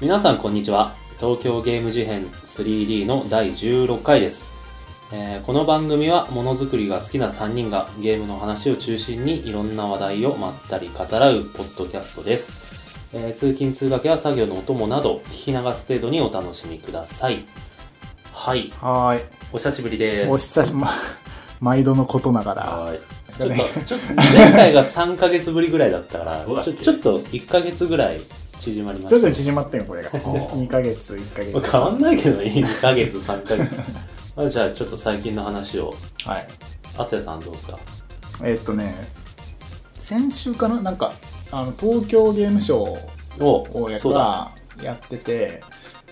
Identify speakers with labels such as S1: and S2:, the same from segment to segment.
S1: 皆さんこんにちは東京ゲーム事変 3D の第16回です、えーこの番組はものづくりが好きな3人がゲームの話を中心にいろんな話題をまったり語らうポッドキャストです、えー通勤通学や作業のお供など聞き流す程度にお楽しみくださいはい
S2: はーい。
S1: お久しぶりです
S2: お久しぶり、ま 毎度のことながら。
S1: はいちょっと、ちょっと、前回が3ヶ月ぶりぐらいだったから、
S3: そうだっ
S1: ち
S3: け
S1: ょちょっと1ヶ月ぐらい縮まりま
S2: 徐
S1: し
S2: 々
S1: た
S2: に。縮まってんよ、これが。
S3: ー
S2: 2ヶ月、1
S1: ま
S2: ヶ
S1: あ
S2: 月。
S1: 変わんないけどね、2ヶ月、3ヶ月。あじゃあ、ちょっと最近の話を。
S2: はい。
S1: 亜生さんどうですか
S2: えーっとね、先週かななんか、あの、東京ゲームショ
S1: お
S2: ウをやっ
S1: そうだ。
S2: ぱやってて、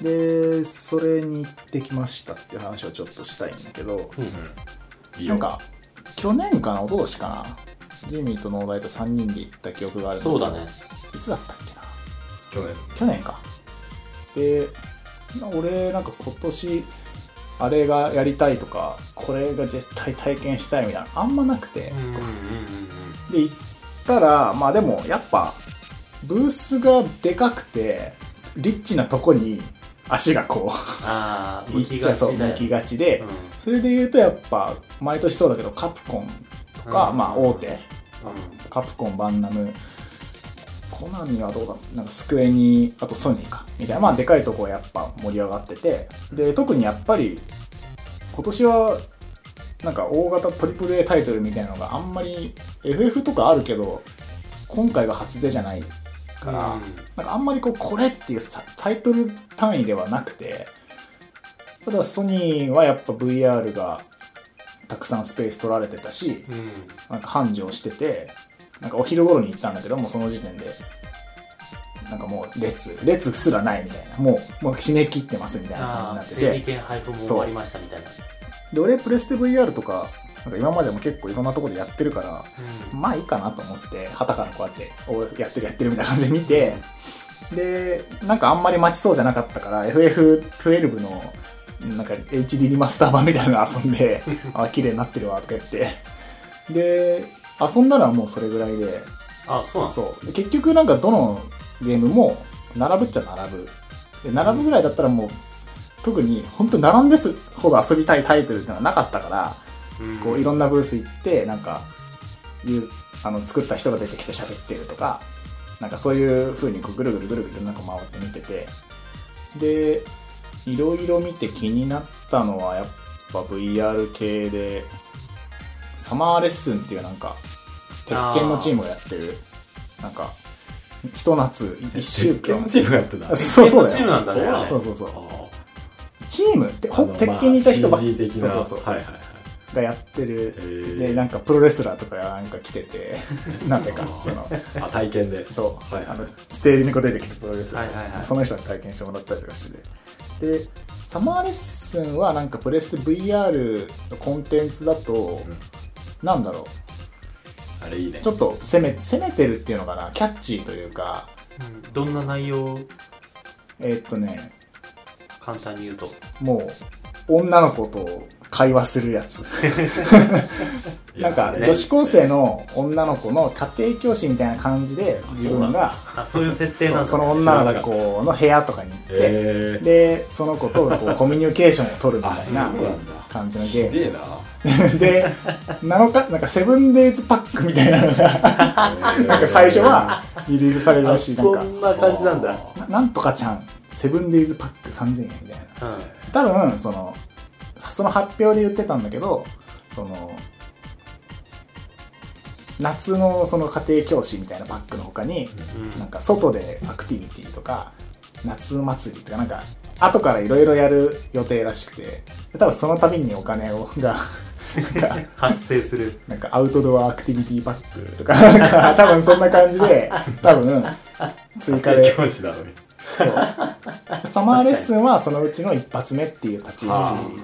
S2: で、それに行ってきましたっていう話をちょっとしたいんだけど、
S1: うん
S3: いいよ
S2: なんか、去年かな一昨年かなジミーとノーダイと3人で行った記憶があるんけ
S1: そ
S2: ど
S1: うだね。
S2: いつだったっけな
S3: 去年
S2: 去年かでまあ俺なんか今年あれがやりたいとかこれが絶対体験したいみたいなあんまなくて
S1: うんうんうん
S2: で行ったらまあでもやっぱブースがでかくてリッチなとこに足がこ
S1: ああ、
S2: う
S1: 向
S2: 行
S1: き
S2: っちゃ
S1: が
S2: うそう
S1: ちだ
S2: 向
S1: よ。
S2: きがちで、それで言うとやっぱ毎年そうだけどカプコンとか、
S1: うん
S2: まあ大手
S1: うんうん
S2: カプコンバンナムコナミはどうだなんかスクエニあとソニーかみたいなまあでかいとこはやっぱ盛り上がっててで特にやっぱり今年はなんか大型 AAA タイトルみたいなのがあんまり FF とかあるけど今回が初出じゃないから、
S1: うん
S2: なんかあんまりこうこれっていうさタイトル単位ではなくてただソニーはやっぱ VR がたくさんスペース取られてたし
S1: うん
S2: なんか繁盛しててなんかお昼頃に行ったんだけどもうその時点でなんかもう列列すらないみたいなもうもう締め切ってますみたいな感じに
S1: あ
S2: な
S1: あ、
S2: って
S1: 整理
S2: て
S1: 券配布も終わりましたみたいな。
S2: で俺プレステ VR とかなんか今までも結構いろんなところでやってるから
S1: うん
S2: まあいいかなと思って、旗からこうやって、おやってるやってるみたいな感じで見て、で、なんかあんまり待ちそうじゃなかったから、FF12 の、なんか HD リマスター版みたいなの遊んで、あ、綺麗になってるわとか言って。で、遊んだのはもうそれぐらいで、
S1: あ、そうなんすか
S2: そう。で結局なんかどのゲームも、並ぶっちゃ並ぶ。で、並ぶぐらいだったらもう、特に本当並んですほど遊びたいタイトルってのはなかったから、こういろんなブース行ってなんかユーあの作った人が出てきて喋ってるとかなんかそういう風にこうぐるぐるぐるぐるなんか回って見ててでいろいろ見て気になったのはやっぱ VR 系でサマーレッスンっていうなんか鉄拳のチームがやってるなんかひと夏1週間
S3: チームがやってた
S2: あそうそう
S1: チー
S2: だ
S1: ム
S2: よ
S1: なんだね。あれ
S2: そうそうそう
S1: あー
S2: チームって
S3: あ
S2: ほ
S3: の
S2: 鉄拳にいた人ば
S3: ま
S2: っ
S3: あ
S2: か
S3: CG 的な
S2: そうそうそう
S3: はいはいはい
S2: がやってる
S3: へー
S2: でなんかプロレスラーとかがなんか来て てなぜかその
S3: あ体験で
S2: そう、
S3: はいはい
S2: あのステージにこう出てきてプロレスラー、
S1: はいはいはい
S2: その人に体験してもらったりとかしてでサマーレッスンはなんかプレステ VR のコンテンツだと、
S3: うん
S2: なんだろ
S3: あれいいね
S2: うちょっと攻め攻めてるっていうのかなキャッチーというか
S1: うんどんな内容を
S2: えーっとね
S1: 簡単に言うと。
S2: もう女の子と会話するやつ
S3: いや
S2: なんか
S3: あれ
S2: 女子高生の女の子の家庭教師みたいな感じで自分が
S1: あ、そういう設定なん
S2: そ
S1: だ。
S2: うその女の子の部屋とかに行って、
S3: へえ
S2: でその子と こうコミュニケーションを取るみ
S3: あ
S2: たい
S3: そうな
S2: なん
S3: だ
S2: 感じのゲ
S3: す
S2: ー
S3: げえな
S2: ムで7日なんかセブンデイズパックみたいなのが なんか最初はリリースされるらしいなんか
S1: んな感じなんだ。
S2: ななんとかちゃんセブンデイズパック3000円みたいな
S1: うん。
S2: 多分そのその発表で言ってたんだけどその夏のその家庭教師みたいなパックの他に、
S1: うん
S2: なんか外でアクティビティとか夏祭りとかなんか後からいろいろやる予定らしくてで多分その度にお金をが なんか
S1: 発生する。
S2: なんかアウトドアアクティビティパックとかなんか多分そんな感じで多分追加で
S3: 教師なのに
S2: そうサマーレッスンはそのうちの一発目っていう立ち位
S3: あ
S2: 置
S3: ーなる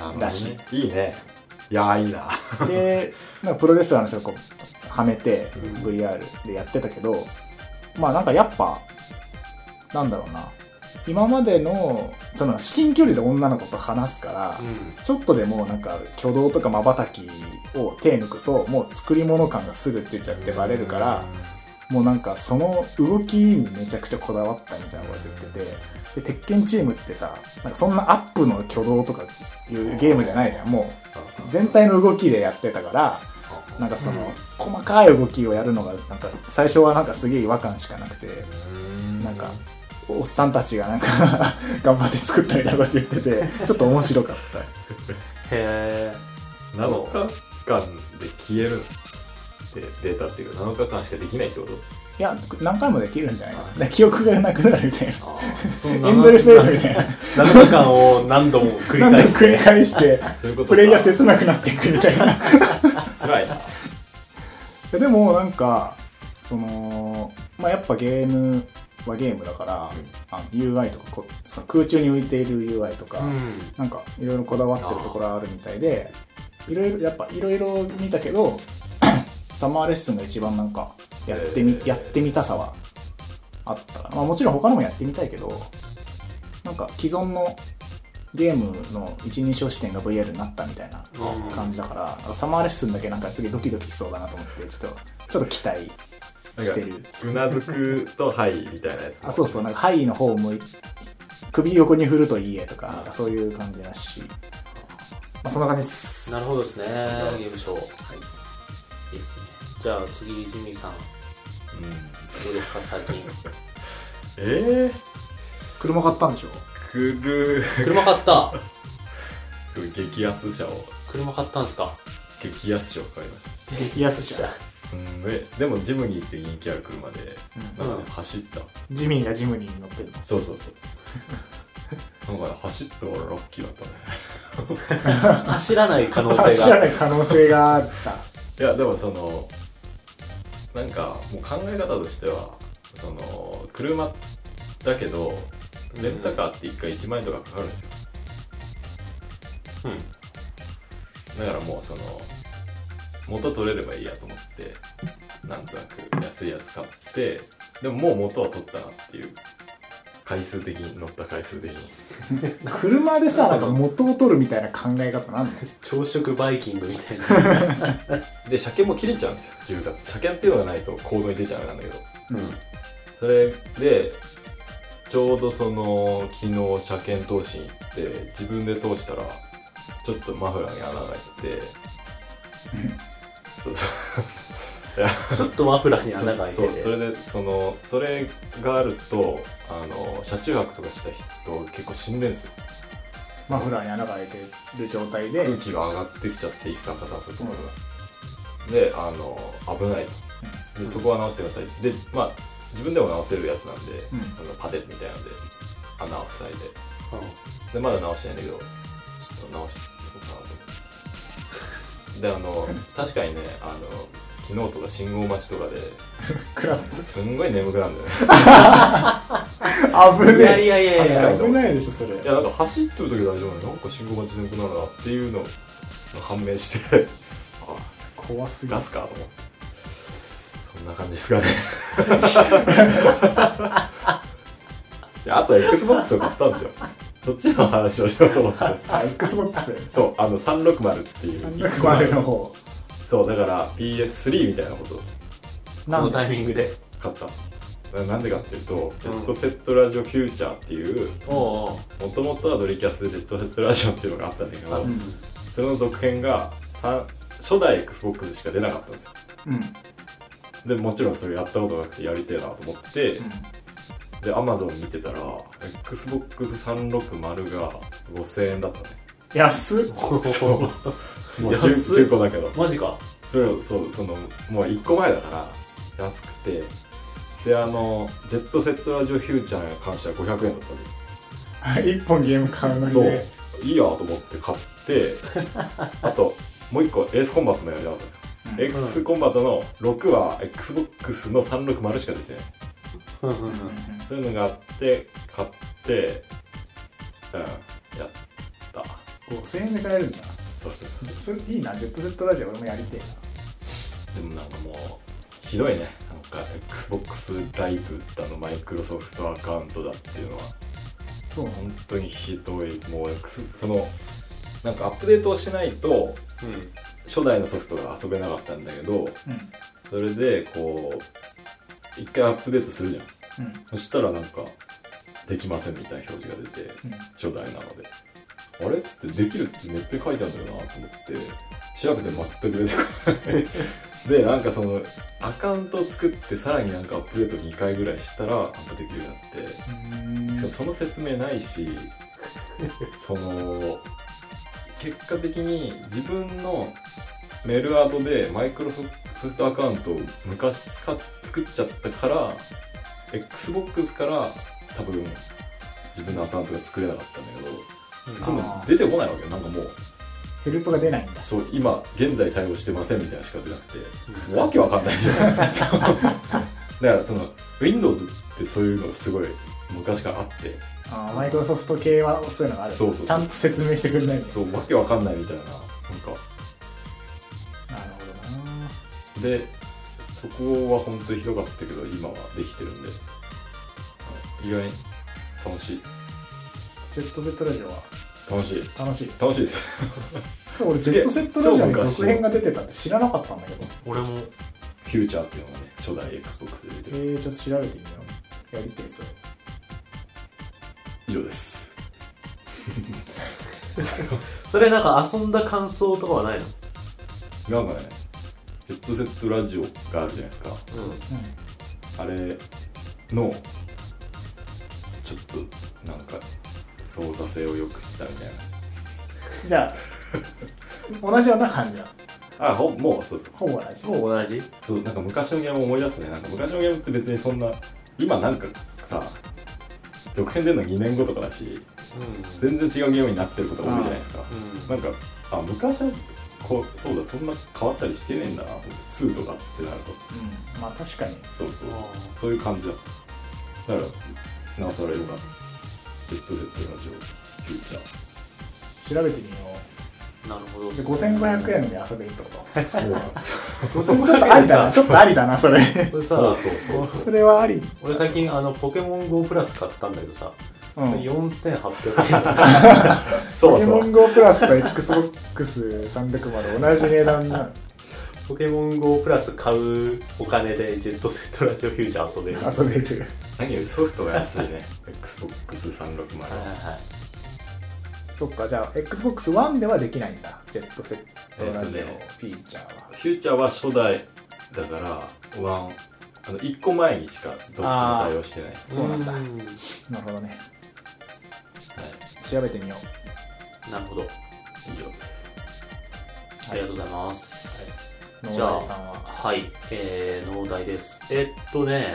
S3: ほどね
S2: だし
S3: いいねいやーいい な
S2: でなんかプロレスラーの人がこうはめて VR でやってたけどまあなんかやっぱなんだろうな今までのその至近距離で女の子と話すから、
S1: うん。
S2: ちょっとでもなんか挙動とかまばたきを手抜くともう作り物感がすぐ出ちゃってバレるから、もうなんかその動きにめちゃくちゃこだわったみたいなこと言っててで鉄拳チームってさなんかそんなアップの挙動とかいうゲームじゃないじゃんもう全体の動きでやってたからなんかその細かい動きをやるのがなんか最初はなんかすげえ違和感しかなくてなんかおっさんたちがなんか 頑張って作ったみたいなこと言っててちょっと面白かった。
S4: へえ
S3: 7日間で消えるでデータっていうか7日間しかできないってこと
S2: いや何回もできるんじゃないかなだから 記憶がなくなるみたいな
S3: ああそう
S2: エンドレスエイドみたいな
S4: 7日間を何度も繰り
S2: 何度
S4: 返
S2: も
S4: し
S2: 繰り
S4: て
S2: 返して
S3: そういうこと
S2: プレイヤー切なくなっていくみたいな
S3: つらいな
S2: でもなんかそのまあやっぱゲームはゲームだから、あの UI とかこその空中に浮いている UI とか、
S4: うん
S2: なんかいろいろこだわってるところあるみたいでいろいろやっぱいろいろ見たけど サマーレッスンが一番なんかやってみ、
S3: えー
S2: やってみたさはあったかな、まあ、もちろん他のもやってみたいけどなんか既存のゲームの一人称視点が VR になったみたいな感じだから、サマーレッスンだけなんかすげえドキドキしそうだなと思ってちょっとちょっと期待してる
S3: うなずくとはいみたいなやつ
S2: あそうそうなんか「はい」の方を向い首横に振るといいえとかなんかそういう感じらしい、まあ、そんな感じです
S4: なるほどですねゲームショー
S3: はい
S4: いいっすねじゃあ次ジミーさんど
S3: うん
S4: うですか最近
S3: ええ
S2: 車買ったんでしょ
S3: ー、くる
S4: 車買った
S3: すごい激安車を
S4: 車買ったんすか
S3: 激安車を買いまし
S2: 激安じゃん
S3: たうんえでもジムニーって人気ある車で、
S4: うん
S3: なんかね走った
S2: ジミーがジムニーに乗ってるの
S3: そうそうそうなんかね走ったからラッキーだったね
S4: 走らない可能性
S2: 走
S4: が
S2: らない可能性があ った
S3: いやでもそのなんかもう考え方としてはその車だけどレンタカーって1回1万円とかかかるんですよ
S4: うん
S3: だからもうその元取れればいいやと思ってなんとなく安いやつ買ってでももう元は取ったなっていう回数的に乗った回数的に
S2: 車でさなんか元を取るみたいな考え方なんの
S4: 朝食バイキングみたいな
S3: で車検も切れちゃうんですよ10月車検っていうのがないと行動に出ちゃうんだけど
S4: うん
S3: それでちょうどその昨日車検投資に行って自分で通したらちょっとマフラーに穴が開いててそうそう
S4: ちょっとマフラーに穴が開いて
S3: そうそ
S4: て
S3: れでそのそれがあるとあの車中泊とかした人結構死んでんですよ
S2: マフラーに穴が開いてる状態で
S3: 空気が上がってきちゃって一酸化炭素とかが、であの危ないとでそこは直してくださいでまあ自分でも直せるやつなんで、
S2: ん
S3: あのパテみたいなので穴を塞いででまだ直してないんだけどちょっと直そうかなと思ってであの確かにねあの昨日とか信号待ちとかで
S2: 車
S3: すんごい眠くなるんだよね
S2: 危
S4: うんいや
S2: ね
S4: いやいやいや
S3: 確かに
S2: え危ないでしょそれ
S3: いやなんか走ってる時は大丈夫なのなんか信号待ちでくなるなっていうのが判明してあ
S2: 怖すぎ
S3: ガスかと思ってそんな感じですかねいやあと XBOX を買ったんですよそっちの話をしようと思ってて
S2: あ XBOX
S3: そうあの360っていう
S2: 360の方
S3: そうだから PS3 みたいなこと
S4: こ
S2: な
S4: の
S2: ん
S4: タイ
S2: で
S4: ミングで
S3: 買ったななんでかっていうとジェットセットラジオフューチャーっていう
S4: おうおう
S3: もともとはドリキャスでジェットセットラジオっていうのがあったんだけど、
S2: うん
S3: その続編がさ初代 XBOX しか出なかったんですよ
S2: うんうん
S3: でもちろんそれやったことなくてやりてえなと思って、で Amazon 見てたら XBOX360 が5000円だったね
S2: 安っ
S3: そうもう
S4: 安っ
S3: 中中古だけど
S4: マジか
S3: それをそうそのもう1個前だから安くてであのジェットセットラジオフューチャーに関しては500円だったんで
S2: 1本ゲーム買うのにね
S3: そういいやと思って買ってあともう一個エースコンバットもやりたかったんですよ
S2: うん
S3: X コンバットの6は XBOX の360しか出てない
S4: うんうんうん
S3: そういうのがあって買ってうんやった
S2: 5000円で買えるんだ
S3: そうそうそ
S2: それいいなジェットセットラジオ俺もやりてえな
S3: うでもなんかもうひどいねなんか XBOX ライブだのマイクロソフトアカウントだっていうのは
S2: そうなんだ
S3: 本当にひどいもう X そのなんかアップデートをしないと初代のソフトが遊べなかったんだけど
S2: うん
S3: それでこう一回アップデートするじゃん
S2: うんうん
S3: そしたらなんかできませんみたいな表示が出て初代なのであれっつってできるってネットに書いてあるんだよなと思って調べても全く出てこないでなんかそのアカウントを作ってさらになんかアップデート2回ぐらいしたらなんかできるようになっ
S2: う
S3: てで
S2: ん
S3: もその説明ないしその結果的に自分のメールアドでマイクロソフトアカウントを昔使っ作っちゃったから XBOX から多分自分のアカウントが作れなかったんだけどそんな出てこないわけよなんかもう
S2: ヘルプが出ないんだ
S3: そう今現在対応してませんみたいなしか出なくてもうわけわかんないじゃんだからその Windows ってそういうのがすごい昔からあって
S2: あーマイクロソフト系はそういうのがある
S3: そうそう
S2: ちゃんと説明してくれないんだ
S3: そうわけわかんないみたいななんか
S2: なるほどな
S3: でそこは本当にひどかったけど今はできてるんで意外に楽しい
S2: ジェットセットラジオは
S3: 楽しい
S2: 楽しい
S3: 楽しいです
S2: 俺ジェットセットラジオに
S3: いや超昔
S2: 続編が出てたって知らなかったんだけど
S1: 俺も
S3: フューチャーっていうのがね初代 XBOX で出て
S2: え
S3: る
S2: ー、ちょっと調べてみようやりてえそれ
S3: 以上です
S5: それなんか遊んだ感想とかはないの
S3: なんかねジェットセットラジオがあるじゃないですか
S5: うん
S3: あれのちょっとなんか操作性を良くしたみたい
S2: うんじゃあ 同じような感じだ
S3: なあほもうそうそう
S2: ほぼ同じ
S5: もう同じ
S3: そうなんか昔のゲームを思い出すねなんか昔のゲームって別にそんな今なんかさ続編出るの2年後とかだし
S1: う
S3: 全然違うゲームになってることが多いじゃないです
S1: ん、
S3: か
S1: うん
S3: なんかあ昔はこうそうだそんな変わったりしてねえんだなと思って2とかってなると
S2: うんまあ確かに
S3: そうそう
S1: あー
S3: そういう感じだっただからなおさらよかったジェットセットラジオフューチャー
S2: 調べてみよ
S5: なるほど
S2: うで5500円で遊べるってこと
S3: そうなんですよ
S2: それちょっとありだなちょっとありだなそれ
S5: これ
S3: そ
S5: さ
S3: うそうそうそ
S2: それはあり
S1: 俺最近あのポケモン GO プラス買ったんだけどさ、
S2: うん
S1: 4800円
S2: ポ
S3: う
S2: ケ
S3: そ
S2: モ
S3: う
S2: ン GO プラスと XBOX300 まで同じ値段なの
S1: ポケモン GO プラス買うお金でジェットセットラジオフューチャー遊べるはい
S2: 遊べる
S3: 何よりソフトが安いね XBOX360
S1: はいはい
S2: そっかじゃあ XBOX1 ではできないんだジェットセットラジオ
S3: えっとね
S2: フィーチャーは
S3: フューチャーは初代だからワンあの1個前にしかどっちも対応してない、はい、
S2: そうなんだ
S1: んな
S2: なるほどね調べてみよう
S1: るほど
S3: 以上です
S1: ありがとうございます、
S2: 野
S1: じゃあ
S2: 田さんは
S1: はい、えー、農大です。えっとね、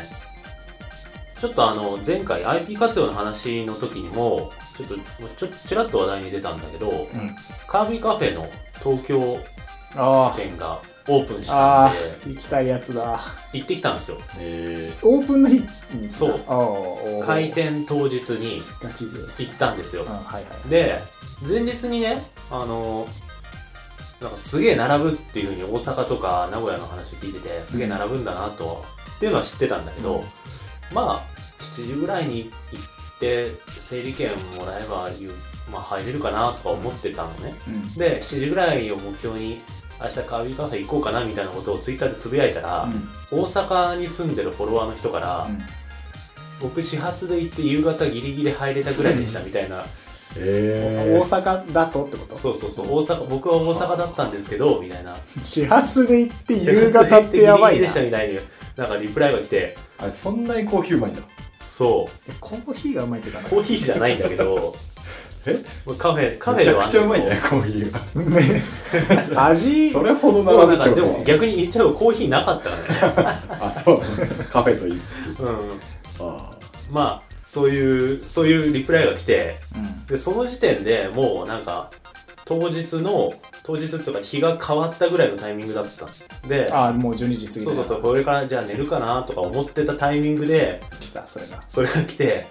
S1: ちょっとあの、前回 IT 活用の話の時にも、ちょっと、もうちょちらっと話題に出たんだけど、
S2: うん
S1: カービィカフェの東京
S2: あー
S1: 店がオープンした
S2: あ
S1: んで、
S2: ー行きたいやつだ
S1: 行ってきたんですよ。
S3: え
S2: オープンの日に
S1: そう
S2: あーおー
S1: 開店当日に
S2: ガチ勢です
S1: 行ったんですよ
S2: うん。はいはい
S1: で、前日にね、あの、なんかすげえ並ぶっていうふうに大阪とか名古屋の話を聞いてて、すげえ並ぶんだなと、っていうのは知ってたんだけど、
S2: うん
S1: まあ、7時ぐらいに行って、整理券もらえば、ゆまあ、入れるかなとか思ってたのね。
S2: うん
S1: で、7時ぐらいを目標に、明日カービィカフェ行こうかなみたいなことをツイッターでつぶやいたら、大阪に住んでるフォロワーの人から、
S2: うん
S1: 僕始発で行って夕方ギリギリ入れたぐらいでしたみたいな
S3: ー、え
S2: 大阪だとってこと
S1: そうそうそう、大阪、僕は大阪だったんですけど、みたい な。
S2: 始発で行って夕方ってやばい
S1: ギリギリで
S2: な
S1: したみたいに、なんかリプライが来て、
S3: ー、あれそんなにコーヒーうまいんだ
S1: そう、
S2: コーヒーがうまいってかな
S1: コーヒーじゃないんだけど、
S3: え
S1: カフェ、カフ
S3: め
S1: ェ
S3: ち
S1: で
S3: ゃ
S1: はあ
S3: く
S1: んだけ
S3: ちゃう
S1: ど
S3: まいんじゃないコーヒーが
S2: ね味
S3: それほど
S1: もうなん
S3: 並
S1: か、
S3: ぶっ
S1: で
S3: てこと
S1: も逆に言っちゃえばコーヒーなかったからね。
S3: あそうカフェと言いつつ
S1: うん。
S3: あ
S1: まあ、そういう、そういうリプライが来て、
S2: うん
S1: で、その時点でもうなんか、当日の、当日とか日が変わったぐらいのタイミングだったんで、
S2: あもう12時過ぎて
S1: そうそうそう、これからじゃあ寝るかなとか思ってたタイミングで、
S2: 来たそれが
S1: それが来て、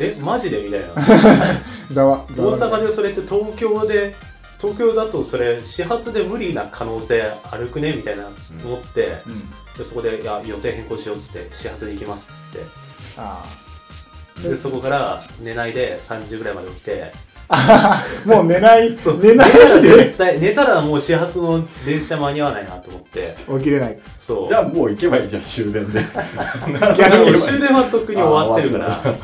S1: え、マジでみたいな。
S2: ざわざ
S1: 大
S2: わ
S1: 阪でそれって東京で、東京だとそれ始発で無理な可能性あるくねみたいな思って、
S2: うん
S1: でそこで、いや、予定変更しようっつって、始発で行きますっつっ
S2: あ
S1: て。で、そこから寝ないで3時ぐらいまで起きて、
S2: もう寝ない、寝ないで
S1: 絶対寝たらもう始発の電車間に合わないなと思って
S2: 起きれない。
S1: そう
S3: じゃあもう行けばいいじゃん終電で
S2: 逆
S1: でも
S2: に
S1: 終電はとっくに終わってるから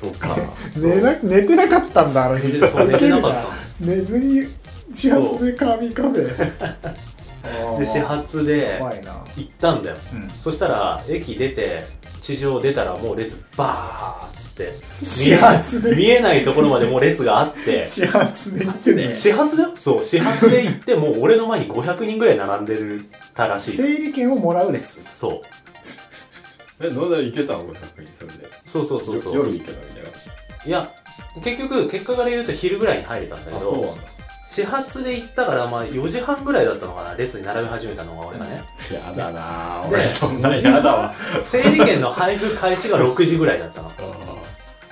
S3: そうか
S2: 寝な寝てなかったんだ、あの日。
S1: そう寝てなかったの
S2: 寝ずに始発で神カフェあー
S1: で始発で
S2: 怖いな
S1: 行ったんだよ
S2: うん
S1: そしたら駅出て地上出たらもう列バーッつって
S2: 始発で
S1: 見えないところまでもう列があ って
S2: 始発で行ってね
S1: 始発だよそう始発で行ってもう俺の前に500人ぐらい並んでるたらしい
S2: 整理券をもらう列
S1: そう
S3: え野田行けたの500人それで
S1: そうそうそうそう
S3: 夜行けたみたいない
S1: や結局結果から言うと昼ぐらいに入れたんだけ
S3: あそう
S1: ど
S3: なんだ
S1: 始発で行ったからまあ4時半ぐらいだったのかな列に並び始めたのが俺がね
S3: やだなぁ
S1: ね
S3: 俺そんなやだわ
S1: 整理券の配布開始が6時ぐらいだったの
S3: あ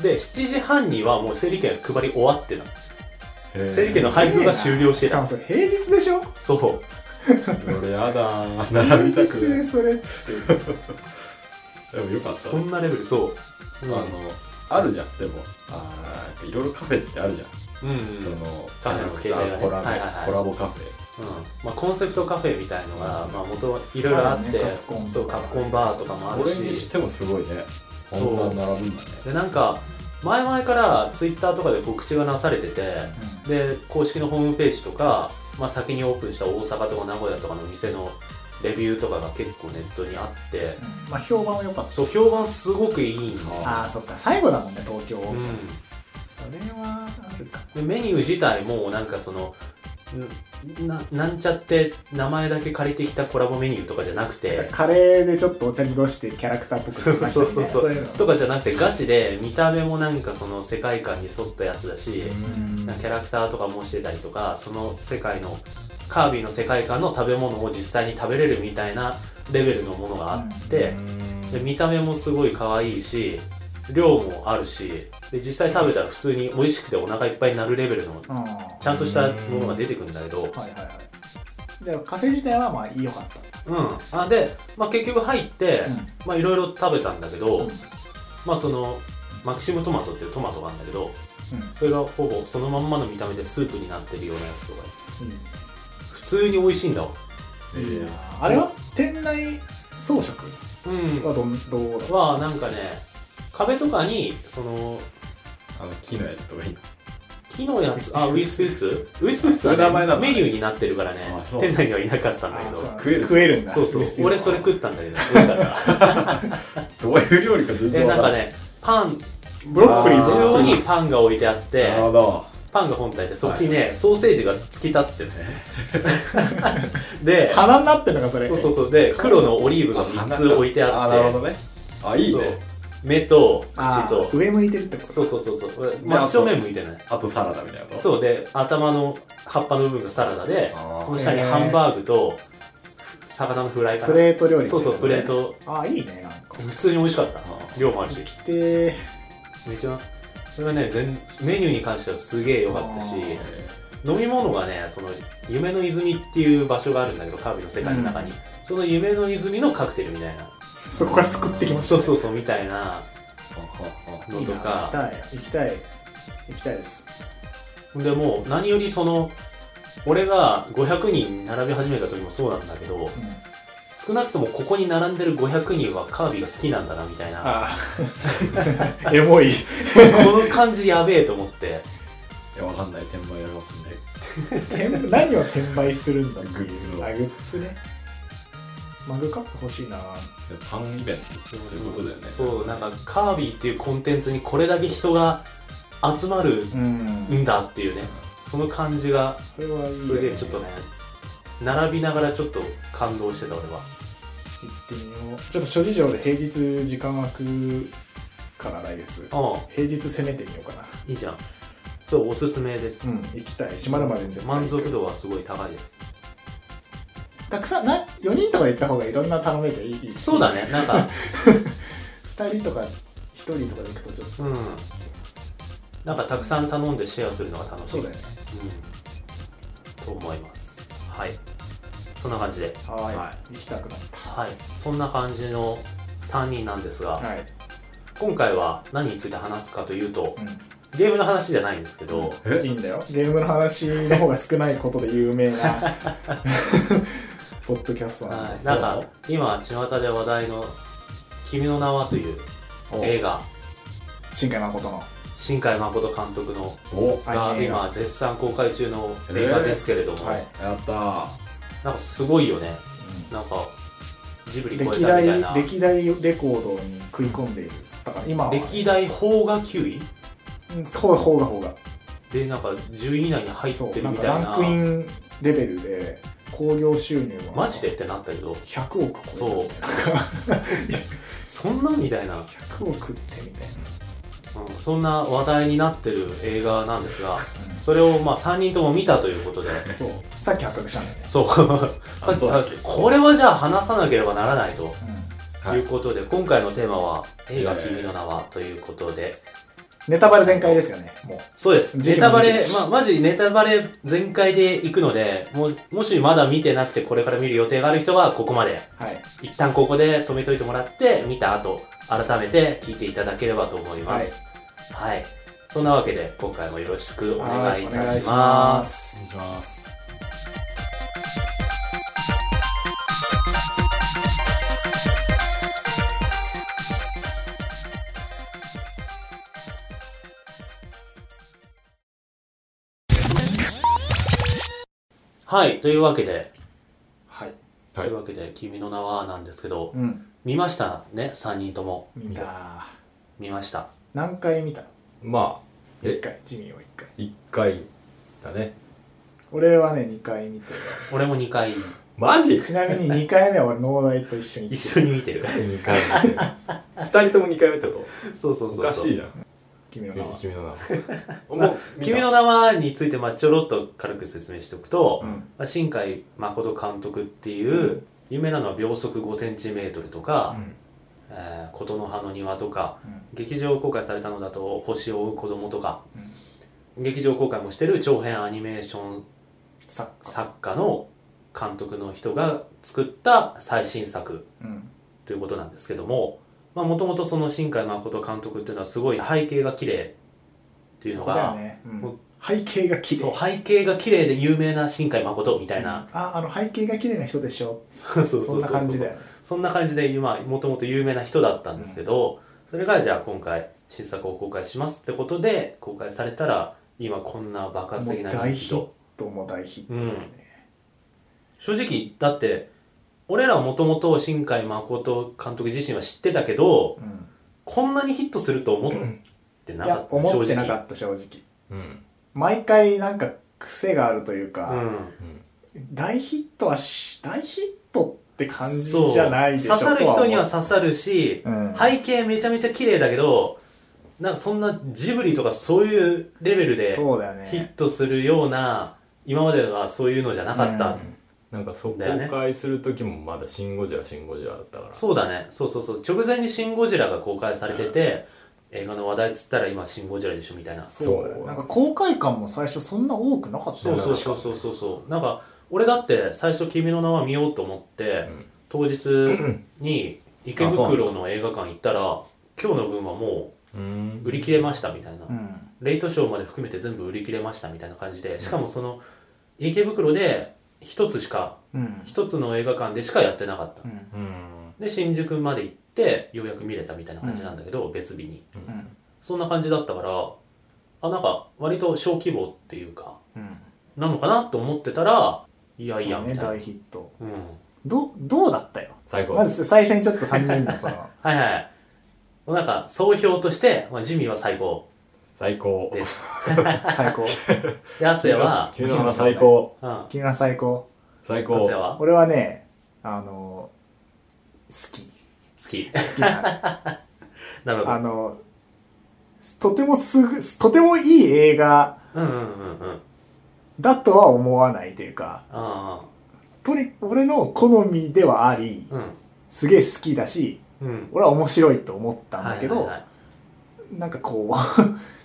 S1: で7時半にはもう整理券配り終わってたの
S3: ーへー
S1: 整理券の配布が終了して
S2: しか
S1: た
S2: もそれ平日で しょ
S1: そう
S3: 俺やだー
S2: 平
S3: 並び
S2: 日
S3: たく
S2: で
S3: ない
S2: それ
S3: でもよかった
S1: そんなレベルそう
S3: あのあるじゃんでもあーいろいろカフェってあるじゃん
S1: うん、うん
S3: そのキ
S1: カフ
S3: ャ
S1: ェ
S3: ラ
S1: の
S3: ク
S1: 携
S3: タ
S1: 帯がね
S3: ーコラボ
S1: はいはいはい
S3: コラボカフェ
S1: まあ、コンセプトカフェみたいのが、まあ、元はいろいろあって、
S2: まあねカプコン
S1: そうカプコンバーとかもあ
S3: こ
S1: る
S3: れにし
S1: して
S3: もすごいねこ
S1: そうん
S3: な並ぶんだね
S1: でなんか前々からツイッターとかで告知がなされててで公式のホームページとか、まあ、先にオープンした大阪とか名古屋とかの店のレビューとかが結構ネットにあって
S2: まあ評判は良かった
S1: そう評判すごくいい
S2: ああそっか最後だもんね東京
S1: の、うん、
S2: それはあるか
S1: でメニュー自体もなんかそのんななんちゃって名前だけ借りてきたコラボメニューとかじゃなくて
S2: カレーでちょっとお茶濁してキャラクターっぽくしました
S1: そう
S2: ね
S1: そうそう
S2: そういうの
S1: とかじゃなくてガチで見た目もなんかその世界観に沿ったやつだし、
S2: うん
S1: キャラクターとかもしてたりとかその世界のカービィの世界観の食べ物を実際に食べれるみたいなレベルのものがあって、で見た目もすごい可愛いし量もあるしで実際食べたら普通に美味しくてお腹いっぱいになるレベルの
S2: うんは
S1: ちゃんとしたものが出てくるんだけど
S2: いはいはいじゃあカフェ自体はまあ良かった
S1: うんあで、まあ、結局入って
S2: うん
S1: まあいろいろ食べたんだけど、
S2: うん
S1: まあそのマキシムトマトっていうトマトがあるんだけど
S2: うん
S1: それがほぼそのまんまの見た目でスープになってるようなやつとか
S2: いいね
S1: 普通に美味しいんだわ
S3: えー
S2: あれは店内装飾
S1: うん
S2: はどんどうだ
S1: はなんかね壁とかにその
S3: あの木のやつとかいいの
S1: 木のやつあウィスプーツウィスプーツ
S3: そういう名前な
S1: は、
S3: の
S1: ね、メニューになってるからね
S3: あそう
S1: 店内にはいなかったんだけ
S2: あ
S1: ど
S2: そう
S3: 食える
S2: 食えるんだ
S1: そうそう
S2: レシピは
S1: 俺それ食ったんだけど美味しかっ
S3: どういう料理か
S1: た
S3: 全
S1: で
S3: 然
S1: なん
S3: わ
S1: か
S3: かんない
S1: ねパン
S2: ブロッコリー
S3: あー
S1: 中央にパンが置いてあって
S3: なるほど
S1: パンが本体でそこにね、ソーセージが突き立ってるね で
S2: 鼻になってるのかそれ
S1: そうそうそうで黒のオリーブが3つ置いてあ
S3: あ
S1: っ
S3: な
S1: て
S3: るほどねあいい
S1: そう
S3: ね
S1: 目と
S2: あ
S1: 口
S2: ー
S1: と
S2: 上向いてるってこと
S1: そうそうそうそう真正面向いてない
S3: あとサラダみたいなこと
S1: そうで頭の葉っぱの部分がサラダで
S3: あー
S1: その下にハンバーグと魚のフライか
S2: プ
S1: な
S2: レート料理みた
S1: そ
S2: いうな
S1: そうプレート
S2: ああいいねなんか
S1: 普通に美味しかった
S3: ー
S1: 量もあるし
S2: で
S1: めちゃそれはね全メニューに関してはすげえ良かったし
S2: あ
S3: え
S1: 飲み物がねその夢の泉っていう場所があるんだけどカービィの世界の中に、その夢の泉のカクテルみたいな
S2: そこから救ってきました
S1: そうそうそうみたいな
S3: ーははは
S1: のと
S2: いいな行き
S1: か
S2: たい行きたい行きたいです
S1: でもう何よりその俺が500人並び始めた時もそうなんだけど少なくともここに並んでる500人はカービィが好きなんだなみたいな
S2: ああ エ モい
S1: この感じやべえと思って
S3: いやわかんない転売やるかもしんない
S2: 転何を転売するんだっていう
S3: グッズを
S2: あグッズねマグカップ欲しいな
S3: でもファンイベントってそういうことだよね
S1: そうなんかカービィっていうコンテンツにこれだけ人が集まる
S2: うん
S1: んだっていうねその感じが
S2: それはいいよね
S1: すげえちょっとね並びながらちょっと感動してた俺は
S2: 行ってみようちょっと諸事情で平日時間空くから来月
S1: あ
S2: 平日攻めてみようかな
S1: あいいじゃんそうおすすめです、
S2: うん行きたい閉まるまでに絶対
S1: 満足度はすごい高いです
S2: たくさんな4人とかで行った方がいろんな頼めていい
S1: そうだねなんか
S2: 2人とか1人とかで行くとちょっと
S1: うんなんかたくさん頼んでシェアするのが楽しい
S2: そうだよね
S1: うん、と思いますはいそんな感じで
S2: はーい
S1: は
S2: 行きたくなっ
S1: はい、そんな感じの3人なんですが、
S2: たはい、
S1: 今回は何について話すかというと、
S2: うん、
S1: ゲームの話じゃないんですけど、
S2: いい
S3: え
S2: んだよゲームの話の方が少ないことで有名 なポッドキャストなん
S1: は
S2: で
S1: い、なんか今巷で話題の「君の名は」という映画
S2: 新海誠の
S1: 新海誠監督の
S3: お
S2: は
S1: が
S2: い映画
S1: 今絶賛公開中の映画ですけれども、
S2: はい
S3: やったー
S1: なんかすごいよねなんかジブリ超え
S2: 歴
S1: たみたい
S2: 代
S1: な
S2: 歴代レコードに食い込んでいるだから今は
S1: 歴代邦画9位
S2: うんほうほうがほうが
S1: でなんか10位以内に入っ
S2: そ
S1: てる
S2: うなん
S1: み
S2: か
S1: たいな
S2: ランクインレベルで興行収入が
S1: マジでってなったけど
S2: 100億超えたみたいななんか
S1: そんなみたいな、
S2: 100億ってみたいな
S1: うん、そんな話題になってる映画なんですが
S2: うん
S1: それをまあ3人とも見たということで
S2: そうさっき発覚したんだよね
S1: そうさっき
S3: そうだっけ
S1: これはじゃあ話さなければならないと
S2: うん
S3: はい
S1: いうことで、今回のテーマは映画
S3: いやいやいや
S1: 君の名はということで、
S2: ネタバレ全開ですよねもう
S1: そうです。
S2: 時
S1: ネ
S2: 期
S1: タ
S2: も
S1: バ
S2: 時期
S1: レ
S2: で、す
S1: まあ、マジネタバレ全開で行くので、もうもしまだ見てなくてこれから見る予定がある人はここまで、
S2: はい
S1: 一旦ここで止めといてもらって、見た後、改めて聞いていただければと思います。はい。そんなわけで、今回もよろしくお願いいたしま
S2: はお願いします
S1: す。
S3: 失礼します
S1: はい。というわけで、
S2: はい
S3: は
S1: と
S3: い
S1: いうわけで、君の名はなんですけど、
S2: うん
S1: 見ましたね、3人とも。
S2: 見た
S1: 見ました。
S2: 何回見た
S3: まあ
S2: 一
S3: え
S2: 回ジミーは1回
S3: 一回だね
S2: 俺はね2回見てる
S1: 俺も2回、
S3: マジ
S2: ちなみに2回目は俺脳内と一緒に
S1: 一
S2: 行って
S1: 緒に見てる。
S3: 二回目二人とも二回目ってこと
S1: そうそうそうそう。
S3: おかしいな
S2: 君の名は
S3: 君の名
S1: ま
S3: は
S1: あ
S3: もう
S1: 君の名はについてまあちょろっと軽く説明しておくと、
S2: うん
S1: まあ、新海誠監督っていう有名なのは秒速5センチメートルとか
S2: うん
S1: 「えー琴の葉の庭」とか
S2: うん
S1: 劇場公開されたのだと「星を追う子供とか
S2: うん
S1: 劇場公開もしてる長編アニメーション
S2: サッカー
S1: 作家の監督の人が作った最新作
S2: うん
S1: ということなんですけどももともとその新海誠監督っていうのはすごい背景が綺麗っていうの
S2: そうだよ
S1: が
S2: ねうん
S1: もう
S2: 背景が綺
S1: そう
S2: 麗
S1: 背景が綺麗で有名な新海誠みたいな、
S2: ああの背景が綺麗な人でしょ
S1: そうそうそう
S2: そんな感じだよね
S1: そんな感じで今もともと有名な人だったんですけど、それがじゃあ今回新作を公開しますってことで公開されたら今こんな爆発
S2: も
S1: 的
S2: う
S1: な
S2: 大
S1: 人
S2: ヒ
S1: 気
S2: ッ
S1: と
S2: トも大ヒットだよね
S1: 正直だって俺らもともと新海誠監督自身は知ってたけど
S2: うん
S1: こんなにヒットすると思ってないか
S2: や
S1: った
S2: 思ってなかった正直
S3: うん
S2: 毎回なんか癖があるという
S1: 正直う
S2: か
S1: ん
S3: うん
S2: 大ヒットはし大ヒットって感じじゃないでしょ
S1: そう刺さる
S2: とは思
S1: 人
S2: う
S1: には刺さるし、
S2: うん
S1: 背景めちゃめちゃ綺麗だけどなんかそんなジブリとかそういうレベルで
S2: そうだよ
S1: ヒッ
S2: ね
S1: トするような今まではそういうのじゃなかった、
S2: うん
S3: なんかそう公
S1: だよね
S3: 開する時もまだ「シン・ゴジラ」「シン・ゴジラ」だったから
S1: そうだねそうそうそう直前に「シン・ゴジラ」が公開されてて、映画の話題っつったら今「シン・ゴジラ」でしょみたいなそ
S2: そうだよ
S3: そう
S2: なんか公開感も最初そんな多くなかったよ
S1: う
S2: ね
S1: そうそうそうそうそうなんか俺だって最初「君の名は」見ようと思って、
S3: うん
S1: 当日に池袋の映画館行ったら今日の分はも
S3: うーん
S1: う売り切れましたみたいな、
S2: うん
S1: レイトショーまで含めて全部売り切れましたみたいな感じでしかもその池袋で一つしか
S2: うん
S1: 一つの映画館でしかやってなかった
S2: うん
S3: うん
S1: で新宿まで行ってようやく見れたみたいな感じなんだけど、別日に
S2: うん
S1: そんな感じだったからあなんか割と小規模っていうか
S2: うん
S1: なのかなと思ってたらいやいやみ
S2: ね
S1: たいな、
S2: 大ヒット
S1: うん
S2: どどうだったよ
S3: 最高
S2: まず最初にちょっと3人の その
S1: はいはいなんか総評として、まあ、ジミーは最高
S3: 最高
S1: です
S2: 最高
S1: で亜生は、
S3: 君の名は最高
S1: うん、亜
S2: 君は最高
S3: 最
S1: 生
S3: 高
S1: は好
S2: 俺はねあの好き
S1: き
S2: 好きな
S1: なるほ
S2: あ
S1: ど
S2: の、とてもすぐ、とてもいい映画
S1: うんうんうんうん
S2: だとは思わないというか、
S1: あ
S2: とに、俺の好みではあり
S1: あ、うん
S2: すげえ好きだし、
S1: うん
S2: 俺は面白いと思ったんだけど、
S1: はいはいはい
S2: なんかこう、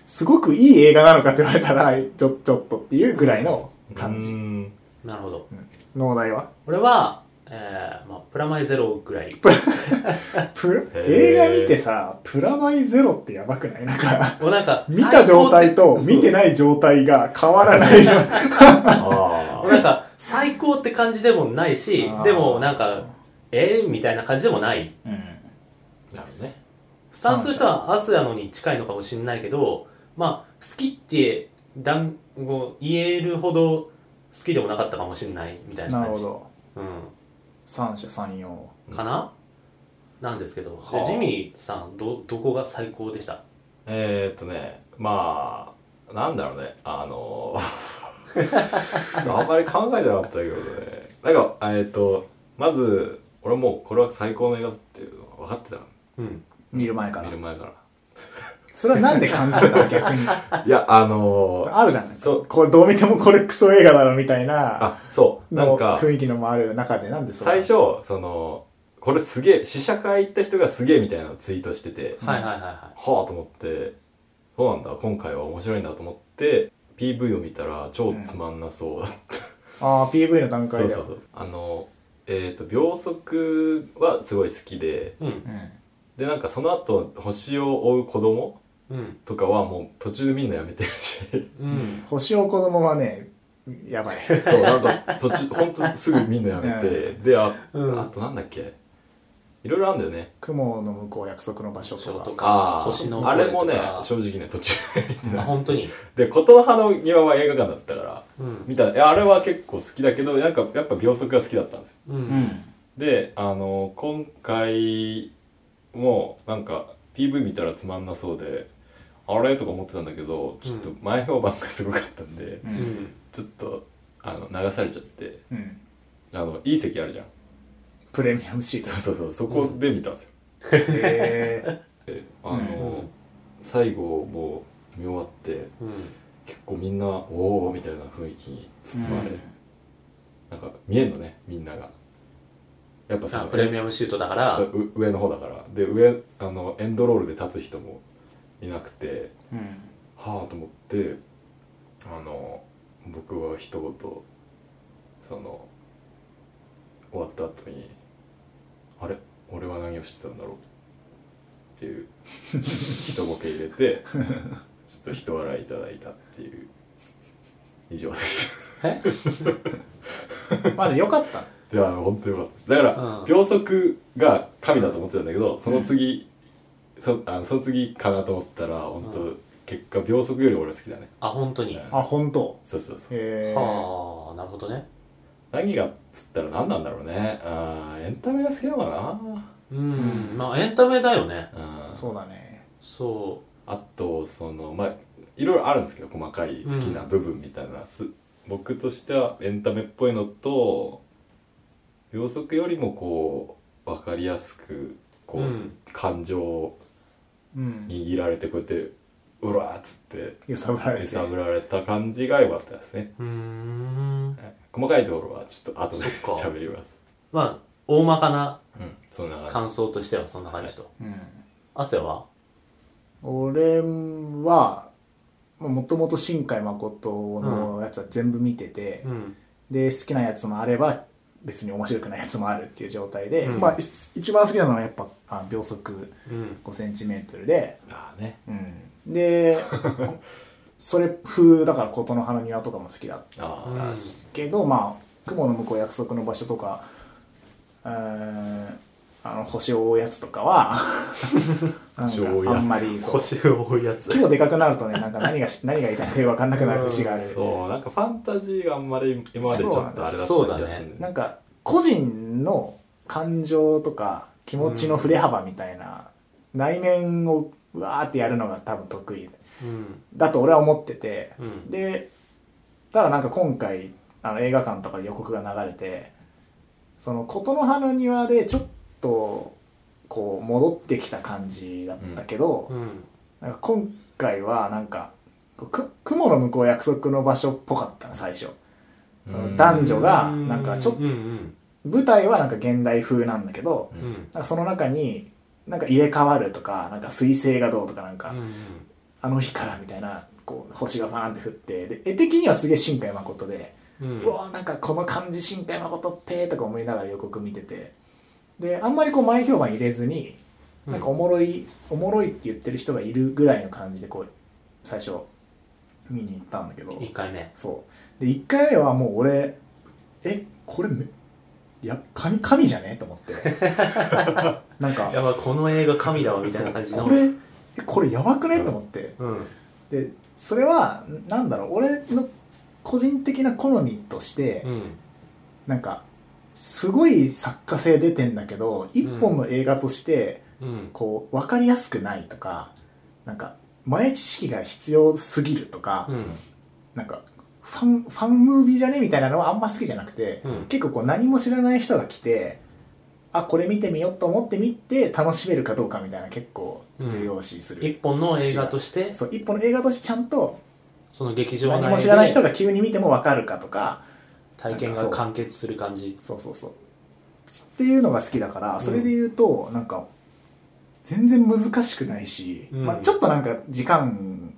S2: すごくいい映画なのかって言われたら、ちょ、ちょっとっていうぐらいの感
S3: う
S2: じ。
S3: ん
S1: なるほど
S2: 脳内は
S1: 俺は、ええーまあ、プラマイゼロぐらい
S2: プラ
S3: へー
S2: 映画見てさ、プラマイゼロってやばくないなん か、
S1: もうなんか
S2: 見た状態と見て
S1: ない
S2: ない状態が変わら ないじゃん。
S3: あ
S1: なんか最高って感じでもないし
S2: あー
S1: でもなんかえー、みたいな感じでもない
S3: あなるね
S1: スタンスとしてはアスやのに近いのかもしれないけどまあ好きって断もう言えるほど好きでもなかったかもしれないみたいな
S2: な
S1: 感
S2: るほ
S1: じ、
S2: ど。
S1: う
S2: 三者三様。
S1: ん、かな、なんですけど、で
S3: はあ
S1: ジミーさんどどこが最高でした
S3: えー、っとねまあなんだろうねあの あんまり考えてなかったけどねなんかえーっとまず俺もうこれは最高の映画だっていうのは分かってたか
S1: うん
S2: 見る前からら
S3: 見る。前から
S2: それはなんで感じるの逆 に。
S3: いやあのー、
S2: あるじゃない
S3: そう
S2: これどう見てもこれクソ映画だろみたいな
S3: あそうな
S2: の
S3: んか
S2: 雰囲気のもある中でなんでそう
S3: 最初そのこれすげえ試写会行った人がすげえみたいなのをツイートしてて
S2: うん
S1: はいはいはいは
S3: はあと思ってそうなんだ今回は面白いんだと思って PV を見たら超つまんなそう、
S2: ああ PV の段
S3: そ
S2: 階
S3: う
S2: で
S3: そうそうあのえっ、と秒速はすごい好きで
S1: いうん
S2: うん
S3: でなんかその後星を追う子供
S1: うん
S3: とかはもう途中でみんなやめてるし
S1: うん
S2: 星を子供はねやばい
S3: そうなんか途中ほんとすぐみんなやめ てであ,、
S1: うん
S3: あとなんだっけいろいろあるんだよね
S2: 雲の向こう約束の場所
S1: ショ
S2: と
S1: ー
S2: か
S1: とか
S3: あ
S1: 星の
S3: あ
S1: 声とか
S3: あれもね正直ね途中で見て
S1: あ
S3: ない
S1: 本当に、
S3: で琴の葉の庭は映画館だったから
S1: うん
S3: 見たいやあれは結構好きだけどなんかやっぱ秒速が好きだったんですよ
S1: うん
S3: であの今回もなんか PV 見たらつまんなそうであれとか思ってたんだけどちょっと前評判がすごかったんで、
S2: う
S1: うんん
S3: ちょっとあの流されちゃって
S2: うん
S3: あのいい席あるじゃん
S2: プレミアムシート
S3: そうそうそうそこで見たんですよ、
S2: へえ
S3: であの、
S1: うん
S3: 最後もう見終わって
S1: うん
S3: 結構みんなおおみたいな雰囲気に包まれ、
S2: うん
S3: なんか見えんのねみんながやっぱ
S1: あ
S3: さ
S1: プレミアムシュートだから
S3: そうう上の方だからで上あのエンドロールで立つ人もいなくてはあと思ってあの僕は一言その終わった後に「あれ俺は何をしてたんだろう?」っていう一ボケ入れてちょっと一笑いいただいたっていう以上です。
S1: え
S2: まずよかった
S3: いや本当によかっただから、
S1: うん
S3: 秒速が神だと思ってたんだけどその次、そあのその次かなと思ったら本当、
S1: う
S3: 結果秒速より俺好きだね
S1: あ本当に、
S3: うん
S2: あ本当
S3: そうそうそう
S2: へえ
S1: はあなるほどね
S3: 何がっつったら何なんだろうねあーエンタメが好きなのか
S1: うん、
S2: うん
S1: まあエンタメだよね
S3: なうん
S2: そうだね
S1: そ
S3: あとそのまあいろいろあるんですけど細かい好きな部分みたいな、す僕としてはエンタメっぽいのと秒速よりもこう分かりやすく
S1: う
S3: こ
S1: う
S3: う、
S1: ん
S3: 感情を
S2: うん
S3: 握られてこうやってうらーっつって
S2: 揺さぶられ
S3: 揺
S2: て
S3: さぶられた感じが良かったですね
S1: うーん
S3: 細かいところはちょっと後で
S1: そっか
S3: 喋ります
S1: まあ大まかな
S3: うんそんな感
S1: 感
S3: じ
S1: 想としてはそんな感じと、
S2: うん
S1: 汗は
S2: 俺はもともと新海誠のやつは全部見てて、
S1: うん
S2: で好きなやつもあれば別に面白くないやつもあるっていう状態で、
S1: うん
S2: まあい一番好きなのはやっぱあ秒速
S1: うん
S2: 5センチメートルで、
S3: ああね
S2: うん、 でそれ風だから琴の葉の庭とかも好きだっ
S3: あ
S1: うん
S3: あ
S2: たしけど、まあ雲の向こう約束の場所とかうーんあの星を追うやつとか はなん
S3: 星を追う
S2: か
S3: やつ
S2: あんまりそう
S1: 星を追うやつ
S2: 規模でかくなるとねなんか何がし 何が言いたいのか分かんなくなる節がある、
S3: そうなんかファンタジーがあんまり今までちょっとあれだった気がするんだよね
S2: なんか個人の感情とか気持ちの振れ幅みたいな、内面をうわーってやるのが多分得意
S1: うん
S2: だと俺は思ってて、
S1: うん
S2: でただなんか今回あの映画館とかで予告が流れてその琴の葉の庭でちょっとこう戻ってきた感じだったけど、
S1: うん
S2: なんか今回はなんかこうく雲の向こう約束の場所っぽかったの最初その男女がなんかちょっと
S1: うんうん
S2: 舞台はなんか現代風なんだけど
S3: う
S1: うんうんん
S2: なんかその中になんか入れ替わるとかなんか彗星がどうとかなんか、
S1: うん
S2: あの日からみたいなこう星がファーンって降ってで絵的にはすげえ新海誠で
S1: うん
S2: うわなんかこの漢字新海誠っぺーとか思いながら予告見ててであんまりこう前評判入れずになんかおもろい、おもろいって言ってる人がいるぐらいの感じでこう最初見に行ったんだけど
S1: 1回目
S2: そうで1回目はもう俺えこれめいや神神じゃねと思って なんか
S1: やばいこの映画神だわみたいな感じの
S2: これえこれやばくねと思って
S1: うん
S2: でそれはなんだろう俺の個人的な好みとして、
S1: うん
S2: なんかすごい作家性出てんだけど一本の映画として
S1: うん
S2: こう分かりやすくないとかなんか前知識が必要すぎるとか、
S1: うん
S2: なんかファンファンムービーじゃねみたいなのはあんま好きじゃなくて、
S1: うん
S2: 結構こう何も知らない人が来てあこれ見てみようと思って見て楽しめるかどうかみたいな結構重要視する、
S1: 一本の映画として
S2: そう一本の映画としてちゃんと
S1: その劇場
S2: 何も
S1: 内
S2: 知らない人
S1: で
S2: が急に見ても分かるかとか
S1: 体験が完結する感じ
S2: そうそうそうっていうのが好きだからそれで言うと、なんか全然難しくないし、
S1: うん
S2: まあ、ちょっとなんか時間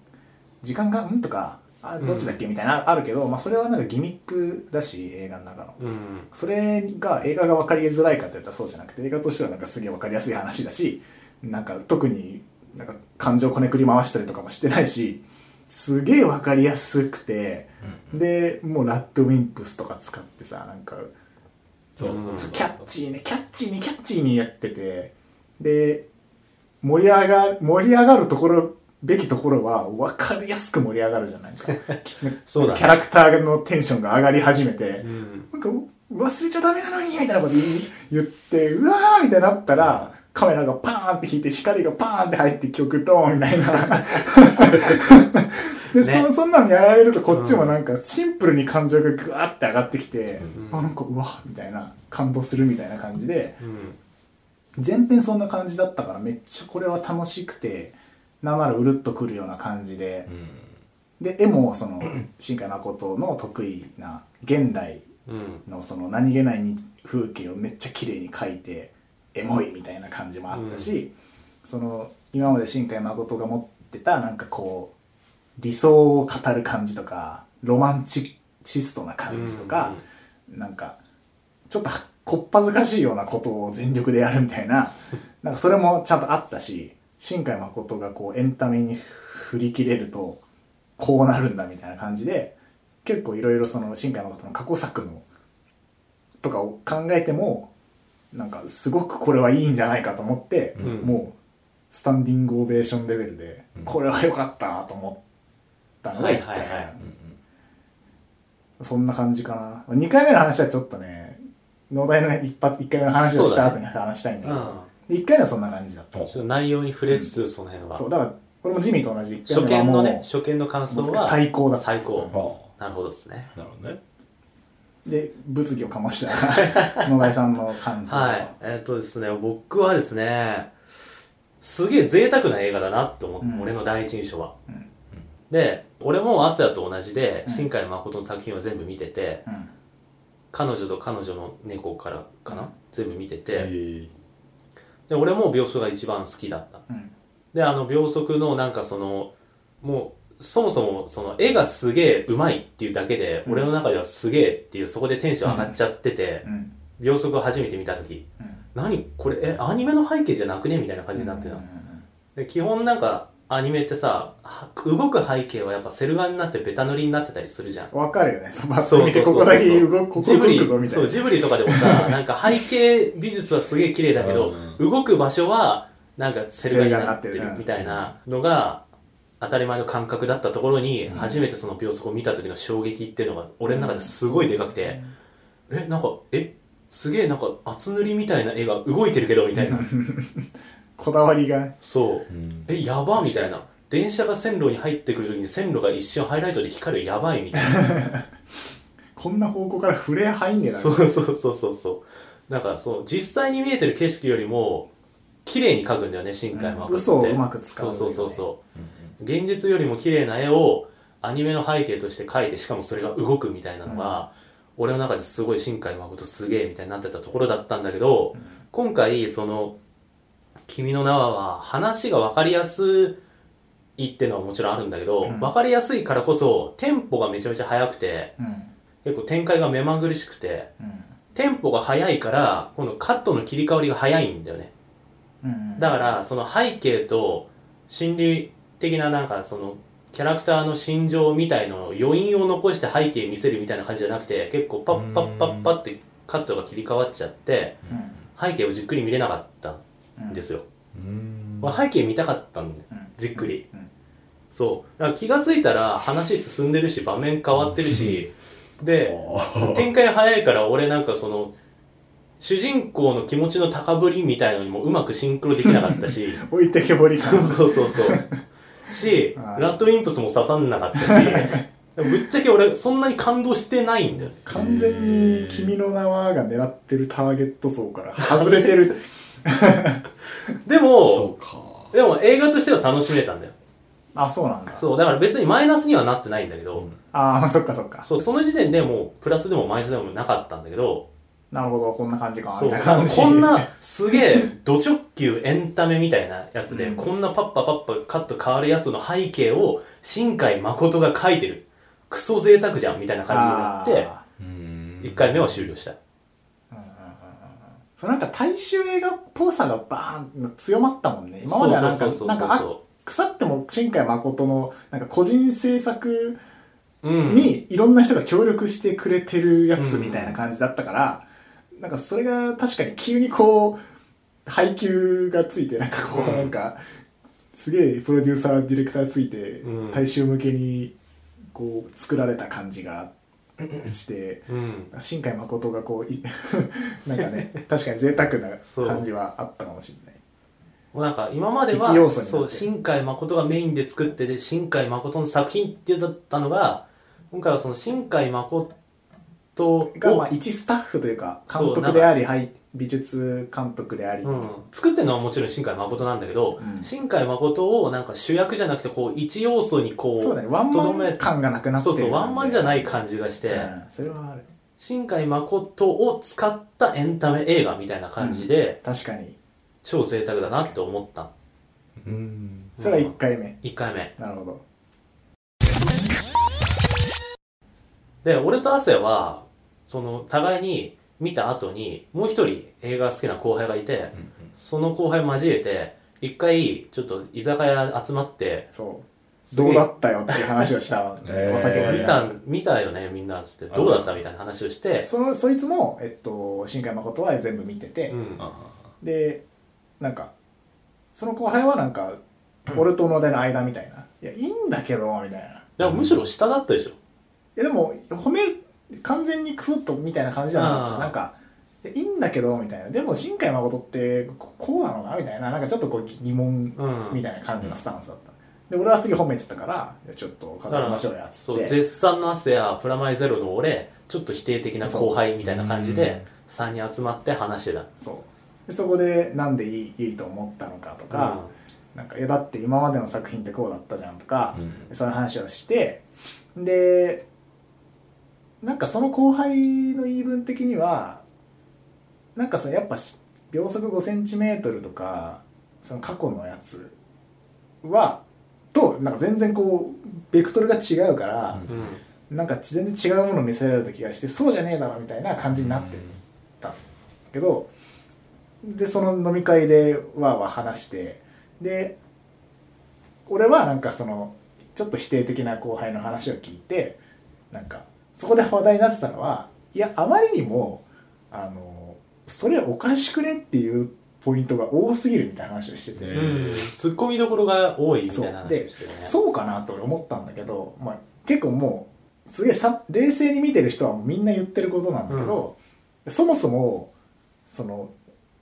S2: 時間が「ん?」とかあ「どっちだっけ?」みたいなのあるけど、まあ、それはなんかギミックだし映画の中の。
S1: うん
S2: それが映画が分かりづらいかといったらそうじゃなくて映画としてはなんかすげえ分かりやすい話だしなんか特になんか感情こねくり回したりとかもしてないしすげえ分かりやすくてでもうラッドウィンプスとか使ってさなんか
S3: そうそう
S2: そ
S3: そうう
S2: キャッチーにキャッチーにキャッチーにやっててで盛り上が盛り上がるところべきところは分かりやすく盛り上がるじゃんな いか
S1: そうだね
S2: キャラクターのテンションが上がり始めて、
S1: うん
S2: なんか忘れちゃダメなのにみたいなこと言い言ってうわーみたいになったらカメラがパーンって引いて光がパーンって入って曲ドーンみたいなで、そそんなのやられるとこっちもなんかシンプルに感情がグワーって上がってきて、
S1: うん
S2: あなんかうわみたいな感動するみたいな感じで
S1: うん
S2: 前編そんな感じだったからめっちゃこれは楽しくてなんならうるっとくるような感じで
S3: うん
S2: で絵もその新海誠の得意な現代
S1: うん
S2: のその何気ないに風景をめっちゃ綺麗に描いてエモいみたいな感じもあったし、その今まで新海誠が持ってたなんかこう理想を語る感じとかロマンチストな感じとか、なんかちょっと はこっぱずかしいようなことを全力でやるみた いななんかそれもちゃんとあったし新海誠がこうエンタメに振り切れるとこうなるんだみたいな感じで結構いろいろその新海誠の過去作のとかを考えてもなんかすごくこれはいいんじゃないかと思って、
S1: うん
S2: もうスタンディングオベーションレベルで、
S3: うん
S2: これは良かったと思ったのが1回目、
S1: はいはいはい
S3: うん
S2: そんな感じかな2回目の話はちょっとね農大の一発1回目の話をした後に話したいんだけ
S1: う
S2: ど、
S1: ん
S2: で1回目はそんな感じだった、
S3: うん
S1: ちょっと内容に触れつつその辺は
S2: そうだから俺もジミーと同じ1
S1: 初
S2: 回目は
S1: 見
S2: も
S1: の
S2: う
S1: ね初見の感想
S2: もう
S1: は
S2: 最高だった
S1: 最高
S3: ああ
S1: なるほどですね
S3: なるほどね
S2: で物議を醸した 野田井さんの感想
S1: はいえっとですね僕はですねすげえ贅沢な映画だなって思って、
S2: うん
S1: 俺の第一印象は、
S2: うん
S1: で俺もアスヤと同じで、
S2: うん
S1: 新海誠の作品を全部見てて
S2: うん
S1: 彼女と彼女の猫からかな、
S2: うん
S1: 全部見てて、
S3: え
S1: で俺も秒速が一番好きだった
S2: うん
S1: であの秒速のなんかそのもうそもそもその絵がすげえうまいっていうだけで、
S2: うん
S1: 俺の中ではすげえっていうそこでテンション上がっちゃってて、
S2: うん
S1: 秒速を初めて見た時
S2: うん
S1: 何これえアニメの背景じゃなくねみたいな感じになってた、で基本なんかアニメってさは動く背景はやっぱセル画になってベタ塗りになってたりするじゃん
S2: わかるよね。そば
S1: そう
S2: 見
S1: そ
S2: て、
S1: うそうそ
S2: こ
S1: う
S2: こだけ動く、ここ
S1: ジ
S2: 動
S1: ブリ
S2: くぞみたい
S1: そう
S2: な。
S1: ジブリとかでもさなんか背景美術はすげえ綺麗だけど、動く場所はなんかセル画になって
S2: セル画に
S1: る
S2: なってるうん
S1: みたいなのが当たり前の感覚だったところに、
S2: うん
S1: 初めてその秒速を見た時の衝撃っていうのが俺の中ですごいでかくて、えなんかえすげえなんか厚塗りみたいな絵が動いてるけどみたいな
S2: こだわりが。
S1: そう
S3: うん
S1: えやばみたいな電車が線路に入ってくるときに線路が一瞬ハイライトで光るやばいみたいな
S2: こんな方向から触れ入んねえだ
S1: そ
S2: ろ。
S1: うそうそうそうそうだからそう実際に見えてる景色よりも綺麗に描くんだよね新海誠って、
S2: うん嘘をうまく使うよね
S1: そうそうそうそ
S3: うん
S1: う現実よりも綺麗な絵をアニメの背景として描いてしかもそれが動くみたいなのが、俺の中ですごい新海誠すげえみたいになってたところだったんだけど、今回その「君の名は」話が分かりやすいってのはもちろんあるんだけど、
S2: うん
S1: 分かりやすいからこそテンポがめちゃめちゃ速くて
S2: うん。
S1: 結構展開が目まぐるしくて
S2: うん
S1: テンポが速いからこのカットの切り替わりが早いんだよね
S2: うん
S1: だからその背景と心理的ななんかそのキャラクターの心情みたいのを余韻を残して背景見せるみたいな感じじゃなくて結構パッパッパッパッってカットが切り替わっちゃって
S2: うん
S1: 背景をじっくり見れなかった
S2: うん
S1: んですよ、
S3: うん
S1: まあ、背景見たかったんだよ
S2: うん
S1: じっくり、
S2: うん
S1: そうだから気が付いたら話進んでるし場面変わってるしで展開早いから俺なんかその主人公の気持ちの高ぶりみたいのにもうまくシンクロできなかったし
S2: 置いてけぼりさ ん
S1: そうそうそうし
S2: はい
S1: ラッドインプスも刺さんなかった しぶっちゃけ俺そんなに感動してないんだよね
S2: 完全に「君の名は」が狙ってるターゲット層から外れ てる
S1: で
S3: そ
S1: も
S3: うか
S1: でも映画としては楽しめたんだよ
S2: あそうなんだ
S1: そうだから別にマイナスにはなってないんだけど、
S3: うん
S2: あーまあそっかそっか
S1: そうその時点でもうプラスでもマイナスでもなかったんだけど
S2: なるほどこんな感じか
S1: そう
S2: みたいな
S1: なん
S2: 感
S1: か
S2: じ
S1: こんなすげえド直球エンタメみたいなやつで、
S2: うん
S1: こんなパッパパッパカット変わるやつの背景を新海誠が書いてるクソ贅沢じゃんみたいな感じになっ
S2: あ
S3: うん
S1: て1回目は終了した
S2: ーうんうんうんうんそうなんか大衆映画っぽさがバーン強まったもんね今まではなんか
S1: そうそうそ
S2: な
S1: うんそう
S2: かあ腐っても新海誠のなんか個人制作にいろんな人が協力してくれてるやつみたいな感じだったから、なんかそれが確かに急にこう配給がついてなんかこう、
S1: うん
S2: なんかすげえプロデューサーディレクターついて
S1: うん
S2: 大衆向けにこう作られた感じがして。
S1: うん、うん、
S2: 新海誠がこうい なんかね確かに贅沢な感じはあったかもしれない
S1: もうなんか今まで
S2: 一要
S1: は
S2: 素になって
S1: そう新海誠がメインで作ってて新海誠の作品ってだったのが今回はその新海誠を
S2: がまあ一スタッフというか
S1: そう
S2: 監督であり、はい、美術監督であり、
S1: うん、作ってるのはもちろん新海誠なんだけど、
S2: うん
S1: 新海誠をなんか主役じゃなくてこう一要素にこう
S2: そうだねワンマン感がなくなって
S1: そ
S2: る
S1: うそうワンマンじゃないい感じがして、
S2: うん、それはある
S1: 新海誠を使ったエンタメ映画みたいな感じで、
S2: 確かに
S1: 超贅沢だなって思った
S3: うん
S2: それは1回目、
S1: 1回目
S2: なるほど
S1: で俺と亜生はその互いに見た後にもう一人映画好きな後輩がいて
S3: うん
S1: その後輩交えて一回ちょっと居酒屋集まって
S2: そう
S1: すげ
S2: ど
S1: え
S2: うだったよっていう話をし たわ
S3: えー
S2: お酒を
S1: 見た見たよねみんなっつってどうだったみたいな話をして、
S2: そのそいつも、えっと、新海誠は全部見てて、
S1: うん、
S3: あ
S2: でなんかその後輩はなんか俺と小野田の間みたいな「いやいいんだけど」みたいな「い
S1: でもむしろ下だったでしょ、
S2: やでも褒め完全にクソっと」みたいな感じじゃなかっ
S1: あ
S2: た
S1: ー
S2: なんか「いやいいんだけど」みたいなでも新海誠ってここうなのかなみたいななんかちょっとこう疑問
S1: うん、
S2: みたいな感じのスタンスだった、で俺はすげえ褒めてたから「いやちょっと語りましょうや」っつ
S1: そ
S2: っ
S1: う
S2: て
S1: 絶賛の汗やプラマイゼロの俺ちょっと否定的な後輩みたいな感じで3人集まって話してた
S2: そうでそこでなんでいいいいと思ったのかとか、なんかいやだって今までの作品ってこうだったじゃんとか
S3: あ、うん
S2: そういう話をしてでなんかその後輩の言い分的にはなんかそのやっぱし秒速5センチメートルとかその過去のやつはとなんか全然こうベクトルが違うから、
S1: うんうん
S2: なんか全然違うものを見せられた気がしてそうじゃねえだろみたいな感じになってるけどでその飲み会でわーわー話してで俺はなんかそのちょっと否定的な後輩の話を聞いてなんかそこで話題になってたのはいやあまりにもあのそれおかしくねっていうポイントが多すぎるみたいな話をしてて、
S3: ね
S1: うんツッコミどころが多いみたいな
S2: そう
S1: 話
S2: で
S1: をしてるね
S2: そうかなと俺思ったんだけど、まあ、結構もうすげえさ冷静に見てる人はみんな言ってることなんだけど、そもそもその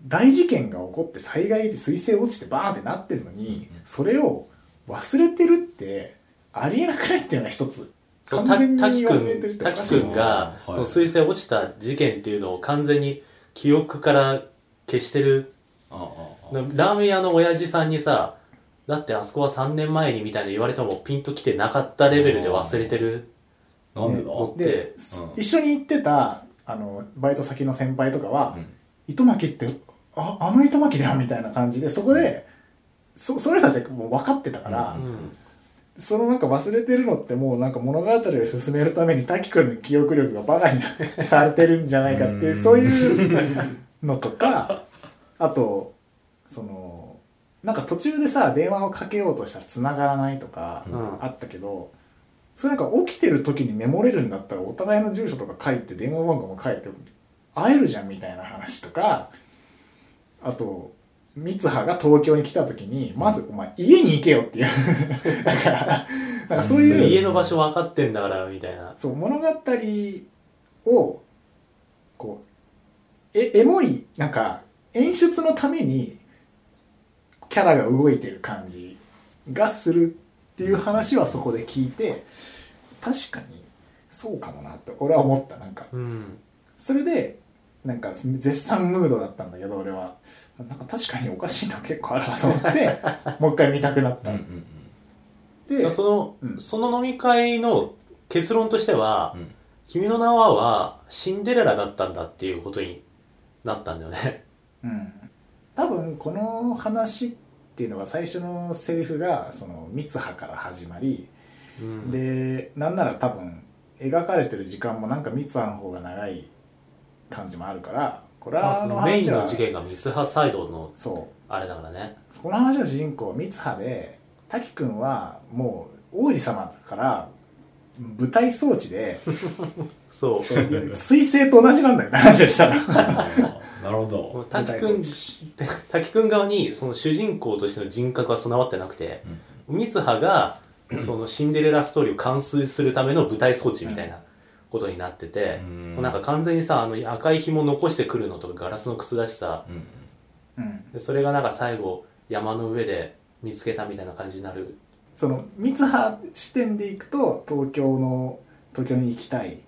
S2: 大事件が起こって災害で彗星落ちてバーンってなってるのに、
S3: うんうん
S2: それを忘れてるってありえなくないっていうのが一つ
S1: そう
S2: 完全に
S1: た滝
S2: 忘れてる
S1: 君
S2: って
S1: 滝君が
S3: あーはい
S1: その彗星落ちた事件っていうのを完全に記憶から消してる
S3: あああ
S1: ラーメン屋の親父さんにさだってあそこは3年前にみたいな言われてもピンときてなかったレベルで忘れてる
S3: あなんでだ
S1: ね
S2: で、
S3: うん
S2: 一緒に行ってたあのバイト先の先輩とかは、
S3: うん
S2: 糸巻ってああの糸巻だよみたいな感じでそこでそその人たちはもう分かってたから、
S3: うん
S1: うん
S2: そのなんか忘れてるのってもうなんか物語を進めるために滝くんの記憶力がバカになされてるんじゃないかっていううんそういうのとかあとそのなんか途中でさ電話をかけようとしたら繋がらないとか
S3: うん
S1: うん
S2: あったけどそれなんか起きてる時にメモれるんだったらお互いの住所とか書いて電話番号も書いて会えるじゃんみたいな話とかあと三葉が東京に来た時にまずお前家に行けよっていう なんかなんかそういう
S1: 家の場所分かってんだからみたいな
S2: そう物語をこうえエモいなんか演出のためにキャラが動いてる感じがするっていう話はそこで聞いて確かにそうかもなって俺は思ったなんか
S1: うん
S2: それでなんか絶賛ムードだったんだけど俺はなんか確かにおかしいの結構あるなと思ってもう一回見たくなっ
S3: う
S2: た、
S3: んうん
S2: で
S1: その、
S2: うん
S1: その飲み会の結論としては「
S3: うん
S1: 君の名は」はシンデレラだったんだっていうことになったんだよね
S2: うん、多分この話っていうのが最初のセリフがその三葉から始まり、
S1: うん
S2: でなんなら多分描かれてる時間もなんか三葉の方が長い感じもあるからこれ
S1: まあ、
S2: はあ
S1: そ
S2: の
S1: のメイ
S2: 話
S1: ン
S2: は
S1: の事件がミスハサイドの
S2: そ
S1: あれだからね
S2: うこの話の主人公は三葉で滝くんはもう王子様だから舞台装 置で
S1: そう
S2: そう彗星と同じなんだよって話をしたら 舞
S3: あーなるほど。
S1: 滝
S2: 台
S1: く
S2: 装
S1: ん
S2: 置
S1: 滝くん側にその主人公としての人格は備わってなくて三葉がそのシンデレラストーリーを完遂するための舞台装置みたいなことになってて、もうなんか完全にさあの赤い紐残してくるのとかガラスの靴だしさ
S3: うん、
S2: うん
S1: でそれがなんか最後山の上で見つけたみたいな感じになる
S2: その三葉視点でいくと東京の東京に行きたい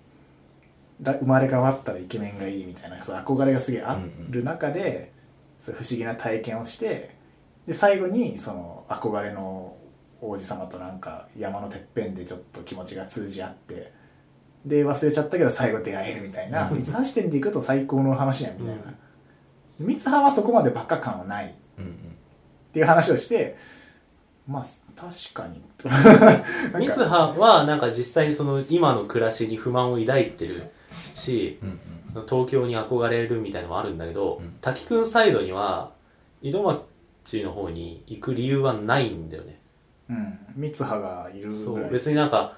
S2: ら生まれ変わったらイケメンがいいみたいなそう憧れがすげえある中で、そういう不思議な体験をしてで最後にその憧れの王子様となんか山のてっぺんでちょっと気持ちが通じ合ってで忘れちゃったけど最後出会えるみたいな三葉視点でいくと最高の話やみたいな、三葉はそこまでバカ感はない
S3: うん
S2: っていう話をしてまあ確 かに
S1: 三葉はなんか実際にその今の暮らしに不満を抱いてるし
S3: うんうん
S1: その東京に憧れるみたいのもあるんだけど、
S3: うん
S1: 滝くんサイドには井戸町の方に行く理由はないんだよね
S2: うん三葉がいる
S1: そ
S2: ぐら
S1: う
S2: い
S1: 別になんか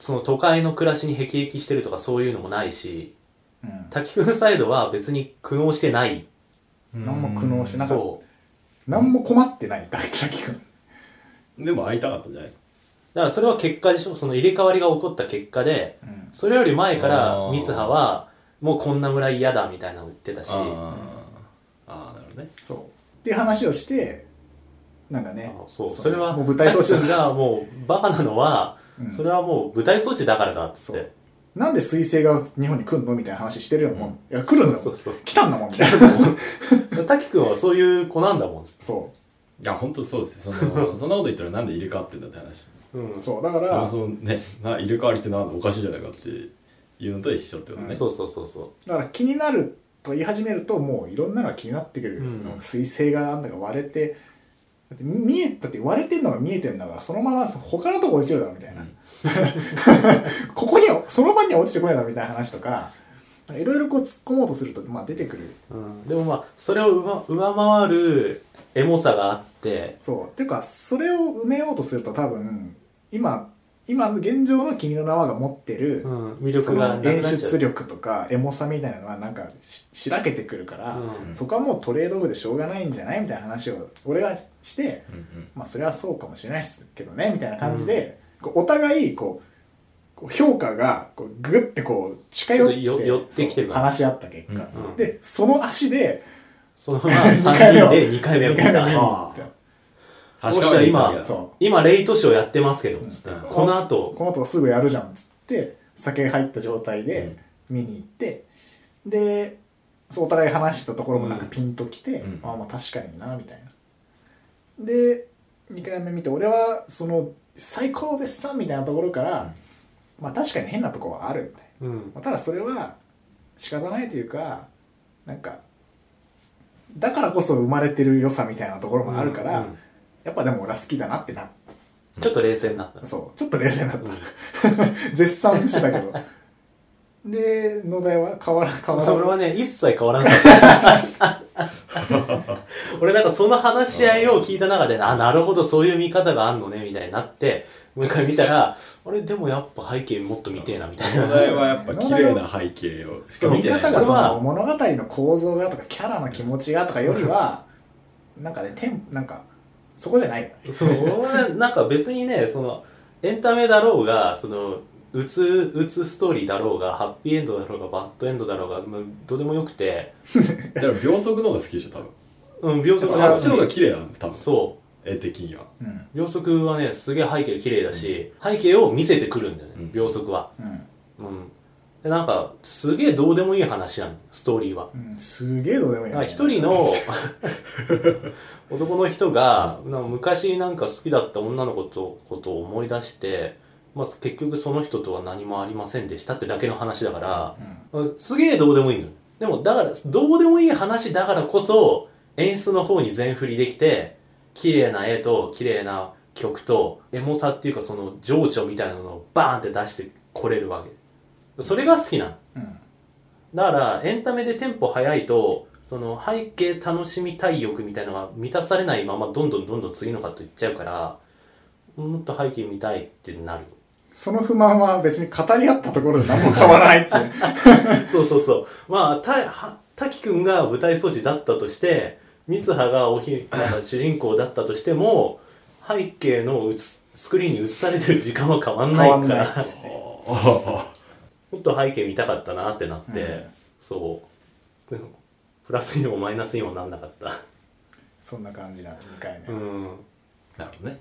S1: その都会の暮らしに辟易してるとかそういうのもないし
S2: うん
S1: 滝くんサイドは別に苦悩してない
S3: うん
S2: 何も苦悩しなかっ
S1: そう
S2: 何も困ってないだ滝くん
S3: でも会いたかったんじゃない
S1: だからそれは結果でしょその入れ替わりが起こった結果で
S2: うん
S1: それより前から
S3: あー
S1: 三葉はもうこんな村嫌だみたいなの言ってたし
S3: あーあーなるほどね
S2: そうっていう話をしてなんかね
S1: あのそう
S2: そう
S1: それは
S2: もう舞台装置だ
S1: 滝くんがもうバカなのは、
S2: うん
S1: それはもう舞台装置だからだっつっ
S2: そう
S1: て
S2: なんで彗星が日本に来るのみたいな話してるよもういや来るんだ
S1: そ
S2: も
S1: うんそう
S2: 来たんだもんみたいな
S1: 滝くんはそういう子なんだもん
S2: そ
S3: いや本当そうですよそのそんなこと言ったらなんで入れ替わってんだって話
S1: うん
S2: うそうだか
S3: でも
S2: ら
S3: そのねな入れ替わりってなんだおかしいじゃないかっていうのと一緒ってことね、
S1: そうそうそうそ
S2: だから気になると言い始めるともういろんなのが気になってくる
S1: う
S2: よ、
S1: ん
S2: 彗星がなんだか割れてだって見えだって割れてんのが見えてんだからそのまま他のとこ落ちるだろみたいな、
S3: うん
S2: ここにその場には落ちてこないだろみたいな話とかなんかいろいろこう突っ込もうとすると、まあ、出てくる
S1: う、うん、でもまあそれを上上回るエモさがあって
S2: そうっていうかそれを埋めようとすると多分今今の現状の君の名はが持ってる、
S1: うん魅力
S2: そ
S1: が
S2: の
S1: なくなっ
S2: 演
S1: ちゃう
S2: 出力とかエモさみたいなのはなんかししらけてくるから、
S1: うん
S2: そこはもうトレードオフでしょうがないんじゃないみたいな話を俺がして、
S3: うんうん
S2: まあ、それはそうかもしれないですけどねみたいな感じで、こうお互いこうこう評価がこうグッてこう近寄って
S1: ちょっとよ寄ってきてる
S2: そう
S1: から
S2: 話し合った結果、
S3: うん
S1: うん
S2: でその足で
S1: そのまま3人 で2回目を見
S2: 二回目
S1: た。
S2: を見に行っ
S3: 確かに
S2: たそう
S1: 今、レイトショーやってますけど、つって
S3: うん
S1: この後、
S2: この後すぐやるじゃんっつって酒入った状態で見に行って、でそうお互い話したところもなんかピンときて、
S3: うん
S2: ああまあ確かになみたいなで2回目見て俺はその最高絶賛みたいなところから、まあ確かに変なとこはあるみたいな、
S1: うん
S2: まあ、ただそれは仕方ないというかなんかだからこそ生まれてる良さみたいなところもあるから、
S1: うん
S2: やっぱでも俺は好きだなってなっ
S1: ちょっと冷静になった。
S2: そうちょっと冷静になっ
S1: うん
S2: た絶賛してたけどで野田は変わら変わ
S1: 俺
S2: ら
S1: はね、一切変わらなかった。俺なんかその話し合いを聞いた中で、あ、なるほど、そういう見方があんのね、みたいになって、もう一回見たら、あれ、でもやっぱ背景もっと見てえな、みたいな。
S3: お題はやっぱ綺麗な背景をし
S2: ず
S3: か見
S2: 見
S3: てない
S2: 方がそ
S1: 俺は
S2: の物語の構造がとかキャラの気持ちがとかよりは なんかねテンなんかそこじゃないよね
S1: そう、俺なんか別にね、その、エンタメだろうが、その、うつ、うつストーリーだろうが、ハッピーエンドだろうが、バッドエンドだろうが、もうどうでもよくて、
S3: だから秒速の方が好きでしょ多
S1: う
S3: 分
S1: ん、秒速
S3: あっちの方が綺麗なんだ多分
S1: そう。
S3: 絵的には
S2: うん
S1: 秒速はねすげえ背景綺麗だし、背景を見せてくるんだよね、
S3: うん
S1: 秒速は
S2: うん
S1: うんでなんかすげえどうでもいい話なのストーリーは
S2: うんすげえどうでも
S1: なん
S2: いいよ
S1: か
S2: ね
S1: 一人の 男の人がなんか昔なんか好きだった女の子とことを思い出して、まあ、結局その人とは何もありませんでしたってだけの話だから、
S2: うん
S1: すげえどうでもいいのよでもだからどうでもいい話だからこそ演出の方に全振りできて綺麗な絵と綺麗な曲とエモさっていうかその情緒みたいなのをバーンって出してこれるわけそれが好きなの
S2: うん
S1: だからエンタメでテンポ速いとその背景楽しみたい欲みたいなのが満たされないままどんどんどんどん次のカットいっちゃうからもっと背景見たいってなる
S2: その不満は別に語り合ったところで何も変わら ないっていう
S1: そうそうそう。まあ、た、は、滝くんが舞台掃除だったとして、三葉がおひ、なん か主人公だったとしても、背景の映す、スクリーンに映されてる時間は変わんない
S2: 変わ
S1: か
S2: んない
S1: ら、
S2: っていう
S1: もっと背景見たかったなってなって、
S2: うん
S1: そう。でもプラスにもマイナスにもなんなかった。
S2: そんな感じなんです2回目、
S1: うん。
S3: なるほどね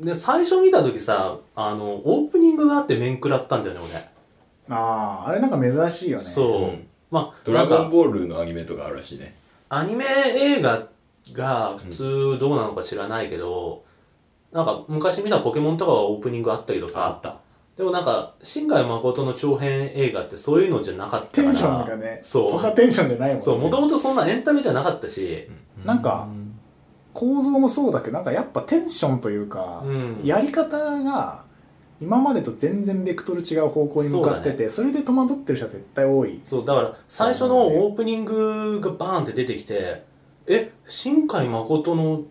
S1: で、最初見た時さ、あの、オープニングがあって面食らったんだよね、
S2: あああれなんか珍しいよ
S1: 俺。
S2: ね
S1: そう。
S3: うん
S1: まあ、
S3: ドラ
S1: なん
S3: ゴ
S1: か
S3: ンボールのアニメとかあるらしいね
S1: アニメ映画が普通どうなのか知らないけど、なんか昔見たポケモンとかはオープニングあったけどさ、
S3: た
S1: でもなんか、新海誠の長編映画ってそういうのじゃなかった
S2: テ
S1: から。
S2: ンションがね
S1: そ。
S2: そうんなテンションじゃないもんね
S1: そう、もともとそんなエンタメじゃなかったし、
S2: なんか構造もそうだけどなんかやっぱテンションというか、
S1: うん
S2: やり方が今までと全然ベクトル違う方向に向かっててそ,、れで戸惑ってる人は絶対多い
S1: そう、だから最初のオープニングがバーンって出てきて、え、新海誠の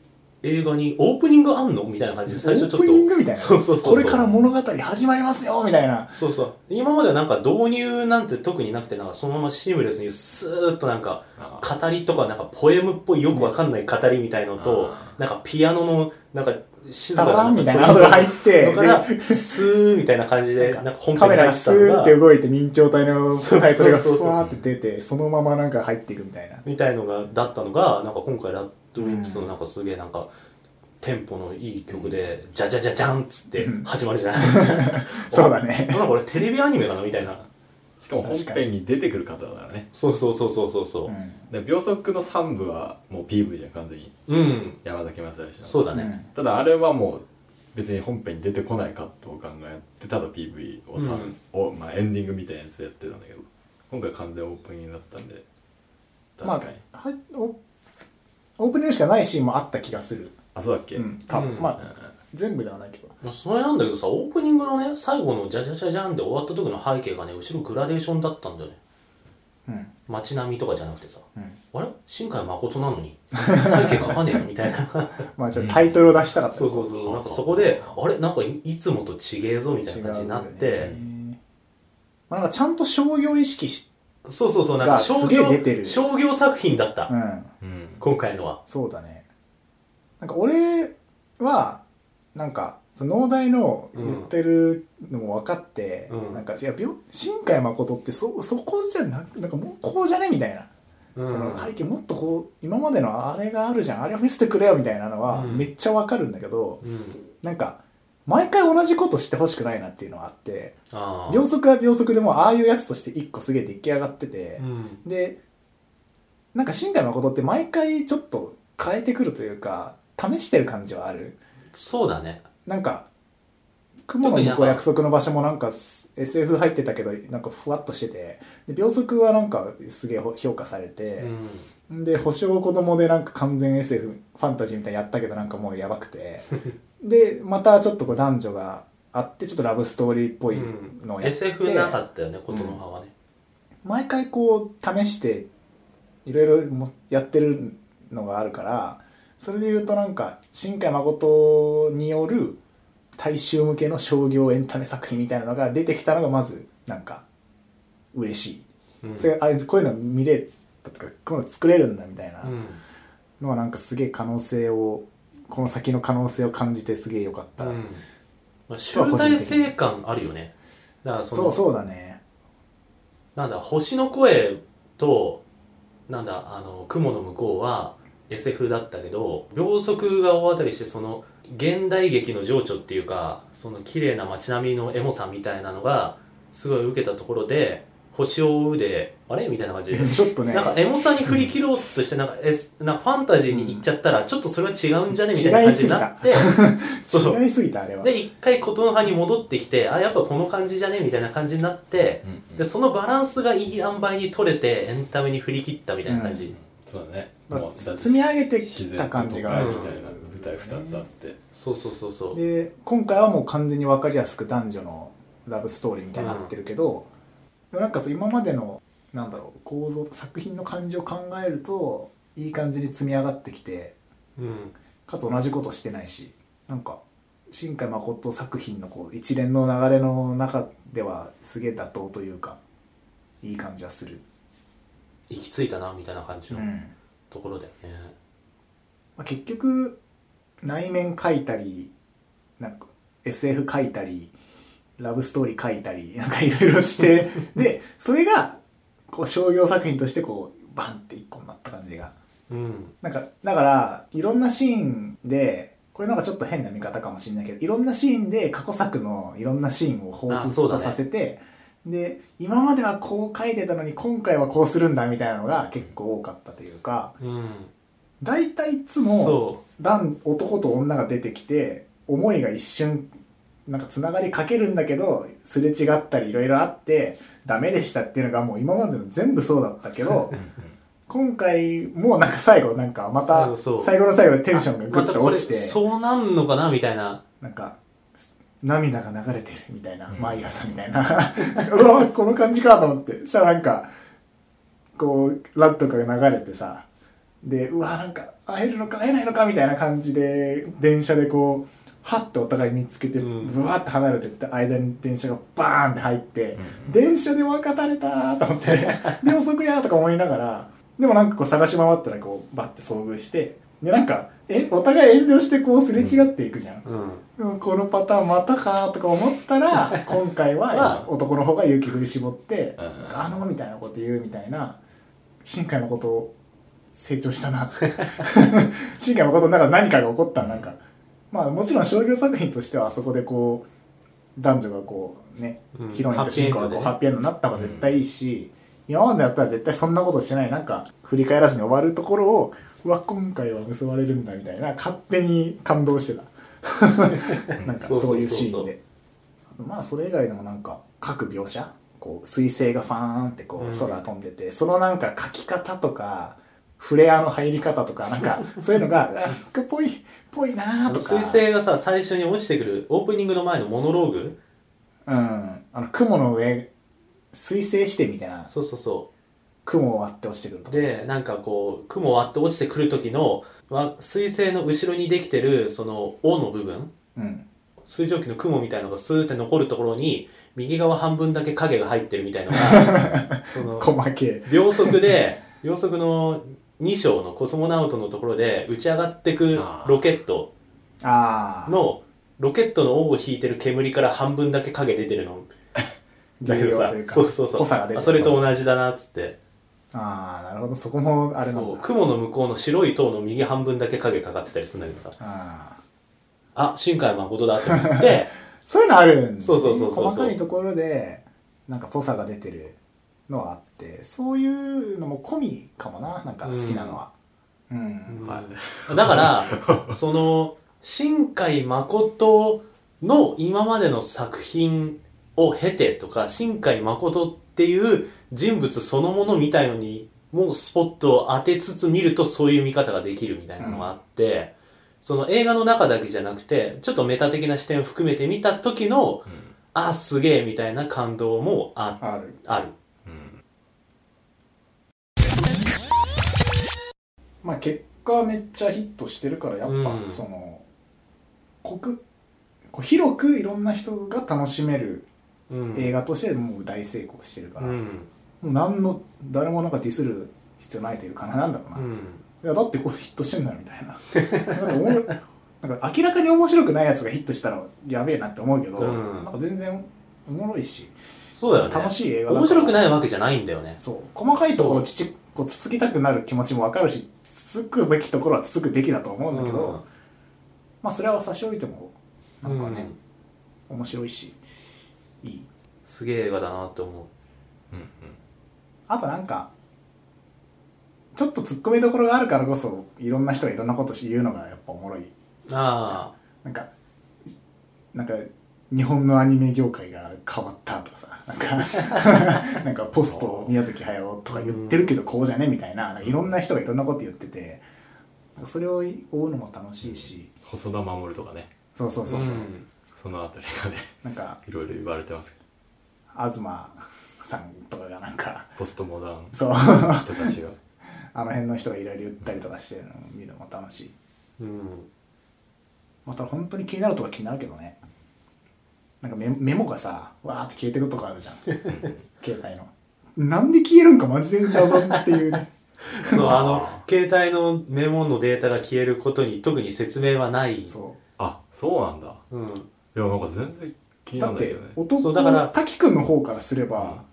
S1: 映画にオープニングあんのみたいな感じで
S2: オ
S1: 最初ち
S2: ー
S1: ょっ
S2: プニン
S1: と。
S2: グみたいな
S1: そうそうそうそう
S2: これから物語始まりますよみたいな
S1: そうそう。今まではなんか導入なんて特になくて、なんかそのままシームレスにスーッとなんか、
S3: あー
S1: 語りとかなんかポエムっぽいよくわかんない語りみたいのと、
S3: あ
S1: なんかピアノのなんか静
S2: ダ
S1: かな
S2: ラーンみたい
S1: そ
S2: なの
S1: うそう
S2: が入って
S1: のから
S2: で
S1: スーみたいな感じで
S2: な
S1: なんんか
S2: か
S1: 本
S2: カ
S1: 編
S2: メ
S1: に入
S2: ラが
S1: って
S2: ス
S1: たの
S2: ーっ
S1: が
S2: て動いて明朝体のタイトルが
S1: そうそうそう
S2: ふわーって出てそのままなんか入っていくみたいな
S1: みたいのがだったのがなんか今回ラッドウィンプスのなんかすげえなんかテンポのいい曲でジャジャジャジャンっつって
S2: うん
S1: 始まるじゃない
S2: そうだね
S1: なんかこれテレビアニメかなみたいな
S3: しかも本編に出てくる方だからね
S1: そうそうそうそうそうそううん
S3: で秒速の3部はもう PV じゃん完全に
S1: うん、
S3: 山崎まさよしの
S1: そうだ
S2: う
S1: ね、
S2: ん
S3: ただあれはもう別に本編に出てこないカットを考えてただ PV をさ、
S1: うん
S3: をまあ、エンディングみたいなやつやってたんだけど今回完全オープニングだったんで
S2: ま
S3: 確
S2: あ
S3: かに、
S2: はいおオープニングしかないシーンもあった気がする
S3: あそうだっけ、
S2: うん多分
S1: うん
S2: まあ全部ではないけど
S1: それなんだけどさオープニングのね最後のジャジャジャジャンで終わった時の背景がね後ろグラデーションだったんだよね
S2: うん
S1: 街並みとかじゃなくてさ
S2: うん
S1: あれ新海誠なの に背景書かねえのみたいな
S2: まあじゃあタイトルを出したかった
S1: そうそうそうなんかそこであれなんかいいつもと違えぞみたいな感じになって、
S2: 違うよねまあ、なんかちゃんと商業意識し、
S1: そうそうそうなんか
S2: が
S1: 商
S2: すげ
S1: 業
S2: え出てる
S1: 商業作品だった、
S2: うん、
S3: うん
S1: 今回のは
S2: そうだねなんか俺はなんかその農大の言ってるのも分かって、
S1: うん
S2: なんかいやびょ新海誠ってそそこじゃなくなんかもうこうじゃねみたいな、
S1: うん
S2: その背景もっとこう今までのあれがあるじゃんあれを見せてくれよみたいなのは
S1: うん
S2: めっちゃ分かるんだけど、
S1: うん
S2: なんか毎回同じことしてほしくないなっていうのはあって
S1: ああ
S2: 秒速は秒速でもうああいうやつとして一個すげえ出来上がってて、
S1: うん
S2: でなんか新海誠って毎回ちょっと変えてくるというか試してる感じはある
S1: そうだね
S2: なんか雲の向
S1: 特に
S2: こう
S1: なん
S2: 約
S1: か
S2: 束の場所もなんか SF 入ってたけどなんかふわっとしててで秒速はなんかすげえ評価されて、
S1: うん
S2: で「星を子供でなんか完全 SF ファンタジーみたいにやったけどなんかもうやばく てでまたちょっとこう男女があってちょっとラブストーリーっぽいのをやって、
S1: SF なかったよね琴の葉はね、
S2: 毎回こう試していろいろもやってるのがあるからそれで言うとなんか新海誠による大衆向けの商業エンタメ作品みたいなのが出てきたのがまずなんか嬉しい、
S1: うん
S2: それあこういうの見れたとかこういうの作れるんだみたいな
S1: うん
S2: のはなんかすげえ可能性をこの先の可能性を感じてすげえよかった、
S1: うんまあ、集大成感あるよねだからその
S2: そうそうだね
S1: なんだ星の声となんだあの雲の向こうは SF だったけど秒速が大当たりしてその現代劇の情緒っていうかその綺麗な街並みのエモさみたいなのがすごい受けたところで星を追うであれみたいな感じで
S2: ちょっとね
S1: なんかエモさに振り切ろうとしてなんか,、S、なんかファンタジーに行っちゃったらちょっとそれは違うんじゃねみたいな感じになってそう
S2: 違いすぎたあれは
S1: で一回琴の葉に戻ってきてあやっぱこの感じじゃねみたいな感じになって
S3: うんうん
S1: でそのバランスがいい塩梅に取れてエンタメに振り切ったみたいな感じ、
S3: そうだね
S2: まあ
S3: もうだって
S2: 積み上げてきた感じが
S1: ある
S3: 自然と都会みたいな舞台2つあって、
S1: そうそうそうそう
S2: で今回はもう完全に分かりやすく男女のラブストーリーみたいになってるけど、でもなんかそう今までのなんだろう構造作品の感じを考えるといい感じに積み上がってきて
S1: うん
S2: かつ同じことしてないしなんか新海誠作品のこう一連の流れの中ではすげえ妥当というかいい感じはする、
S1: 行き着いたなみたいな感じの
S2: ま
S1: ところだよね、
S2: あ、結局内面書いたりなんか SF 書いたりラブストーリー書いたりなんかいろいろしてでそれがこう商業作品としてこうバンって一個になった感じが
S1: うん
S2: なんかだからいろんなシーンでこれなんかちょっと変な見方かもしれないけどいろんなシーンで過去作のいろんなシーンを彷
S1: あそう
S2: 彿
S1: だ
S2: と
S1: ね
S2: させて、で今まではこう書いてたのに今回はこうするんだみたいなのが結構多かったというか
S1: うん
S2: 大体いつも
S1: そ
S2: 男男と女が出てきて思いが一瞬なんかつながりかけるんだけどすれ違ったりいろいろあってダメでしたっていうのがもう今までの全部そうだった けど。今回もなんか最後なんかま
S1: 最
S2: た
S1: 後そう
S2: 最後の最後でテンションが
S1: う
S2: グ
S1: ま
S2: ッ
S1: た
S2: と
S1: これ
S2: 落ちて
S1: そうなんのかなみたいな
S2: なんかす涙が流れてるみたいな
S3: うん
S2: 毎朝みたいな なんかうわこの感じかと思ってそしたらなんかこうラッとかが流れてさでうわなんか会えるのか会えないのかみたいな感じで電車でこうはってお互い見つけて
S1: うん
S2: ブワーって離れてって間に電車がバーンって入って、
S3: うん
S2: 電車で分かたれたーと思って、 で遅くやーとか思いながらでもなんかこう探し回ったらこうバッて遭遇してでなんかえお互い遠慮してこうすれ違っていくじゃん、
S1: うん
S2: うんこのパターンまたかーとか思った ら今回
S1: ま
S2: は
S3: あ
S2: 男の方が勇気振り絞って「
S3: うん
S2: なんかあの」みたいなこと言うみたいな新海のことを成長したなって 新海のことの中で何かが起こったなんかまあもちろん商業作品としてはあそこでこう男女がこうね
S1: うん
S2: ヒロインと主人公がこうハ
S1: ハ
S2: ッ
S1: ッ
S2: ピーエンドになった方が絶対いいし、今までだったら絶対そんなことしてないなんか振り返らずに終わるところをうわ今回は結ばれるんだみたいな勝手に感 動してたなんか
S1: そうそうそうそう
S2: そういうシーンであとまあそれ以外でもなんか各描写こう彗星がファーンってこ
S1: う
S2: うん空飛んでて、そのなんか描き方とかフレアの入り方とかなんかそういうのがなんかぽいぽいなーとか
S1: 彗星がさ最初に落ちてくるオープニングの前のモノローグ
S2: うんあの雲の上水星してみたいな
S1: そうそうそう
S2: 雲を割って落ちてくるとか
S1: でなんかこう雲を割って落ちてくる時のわ水星の後ろにできてるその尾の部分
S2: うん
S1: 水蒸気の雲みたいのがスーって残るところに右側半分だけ影が入ってるみたいの がその
S2: 細けえ
S1: 秒速で秒速の2章のコスモナウトのところで打ち上がってくロケット
S2: ああ
S1: のロケットの尾を引いてる煙から半分だけ影出てるのだけ
S2: 流
S1: ど
S2: 用
S1: さ
S2: というか
S1: そうそうそう
S2: 濃さが出て
S1: あ
S2: る
S1: それと同じだなっつって
S2: ああなるほどそこもあれなん
S1: そう
S2: だ
S1: 雲の向こうの白い塔の右半分だけ影かかってたりするんだけどさ
S2: ああ
S1: あ新海誠だって思って
S2: そういうのあるんだ
S1: そうそうそうそう
S2: 細かいところでなんかぽさが出てるのはあってそういうのも込みかもななんか好きなのはうん、
S3: は
S1: だから、その、新海誠の今までの作品を経てとか、新海誠っていう人物そのものみたいのにもうスポットを当てつつ見るとそういう見方ができるみたいなのがあって、その映画の中だけじゃなくてちょっとメタ的な視点を含めて見た時のあすげえみたいな感動もあ
S2: ある
S1: ある
S3: うん
S2: まあ結果めっちゃヒットしてるからやっぱ、
S1: うん
S2: その国こう広くいろんな人が楽しめる
S1: うん
S2: 映画としてもう大成功してるから、
S1: う
S2: も
S1: ん
S2: う何の誰もなんかディスる必要ないというかなんだろうな、
S1: う
S2: い
S1: ん
S2: やだってこれヒットしてんだみたいななんかおもろなんか明らかに面白くないやつがヒットしたらやべえなって思うけど、
S1: うん
S2: なんか全然おもろいし
S1: そうだよね
S2: 楽しい映画だから
S1: 面白くないわけじゃないんだよね
S2: そう細かいところをつつこうつつきたくなる気持ちも分かるしつつくべきところはつつくべきだと思うんだけど、まあそれは差し置いても
S1: う
S2: なんんかね
S1: う、ん
S2: 面白いしいい
S1: すげえ映画だなって思
S3: うん
S2: あとなんかちょっと突っ込みどころがあるからこそいろんな人がいろんなこと言うのがやっぱおもろいう
S1: あ
S2: なんかなんか日本のアニメ業界が変わったとかさなんかなんかポスト宮崎駿とか言ってるけどこうじゃねみたいななんかいろんな人がいろんなこと言っててなんかそれを追うのも楽しいし
S3: 細田守とかね
S2: そうそう
S1: あ
S2: そうそう、
S1: ん
S3: そのあたりがね
S2: なんか
S3: いろいろ言われてますけど
S2: 東さんとかがなんか
S3: ポストモダン
S2: そう
S3: の人た ちが
S2: あの辺の人がいろいろ言ったりとかしてるのを見るのも楽しい
S1: うん
S2: また本当に気になるとか気になるけどねなんかメメモがさわーって消えてくとかある じゃん携帯のなんで消えるんかマジで謎っていうね
S1: そうあの携帯のメモのデータが消えることに特に説明はない
S2: そ
S3: あそうなんだ
S1: う、ん、
S3: いやなんか全然気
S2: う
S3: に
S2: だ
S3: なら
S2: っ
S3: ないけ
S2: て
S3: どね
S2: 男
S1: そうだから
S2: の滝君の方からすれば、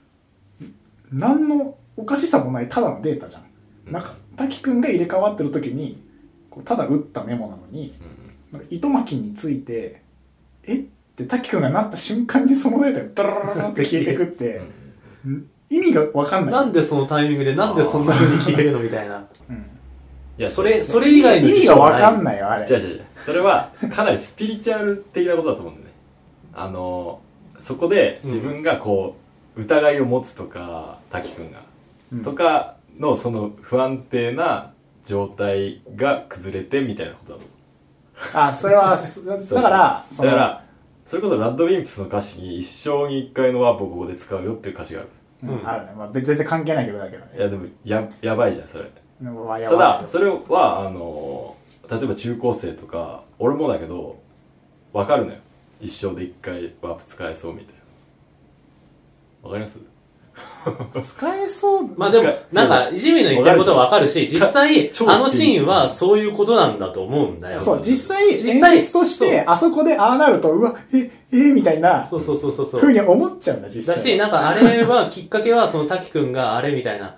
S2: 何のおかしさもないただのデータじゃんなんか滝君が入れ替わってる時にこうただ打ったメモなのに
S3: うん
S2: な
S3: うん
S2: んか糸巻きについてえって滝君がなった瞬間にそのデータがドロロロロって消えてくって
S3: うん
S2: ん意味が分かんない
S1: なんでそのタイミングでなんでそんな風に消えるのみたいな
S2: うん
S3: いや
S1: それ
S3: じ
S1: それ以外の
S2: 意味が分かんないよあ
S3: ゃ
S2: れ
S3: じゃじゃそれはかなりスピリチュアル的なことだと思うんだよねあのそこで自分がこう疑いを持つとか滝くんが
S2: うん
S3: とかのその不安定な状態が崩れてみたいなことだと思う
S2: あそ れはすだ
S3: そうそう
S2: からそ
S3: だ
S2: の
S3: からそれこそラッドウィンプスの歌詞に一生に一回のワープをここで使うよっていう歌詞があるんですよ
S2: う
S1: うん
S2: ん、あるね、まあ、別全然関係ない曲だけど
S3: い
S2: ね
S3: やでもややばいじゃんそれ
S2: うんわや
S3: た
S2: わ
S3: だそれはあの例えば中高生とか俺もだけど分かるのよ一生で一回ワープ使えそうみたいなわかります
S2: 使えそう
S1: まあでも
S3: なんか、
S1: なんか、いじめの言ってることはわかるし、実際、
S3: 超好き
S1: あのシーンはそういうことなんだと思うんだよ。
S2: そう実際
S1: 実際
S2: 演出としてあそこでああなるとうわええみたいな
S1: そうそうそうそうそう
S2: ふうに思っちゃうんだ実
S1: だし、
S2: 際
S1: なんかあれは、きっかけは、その滝くんがあれみたいな、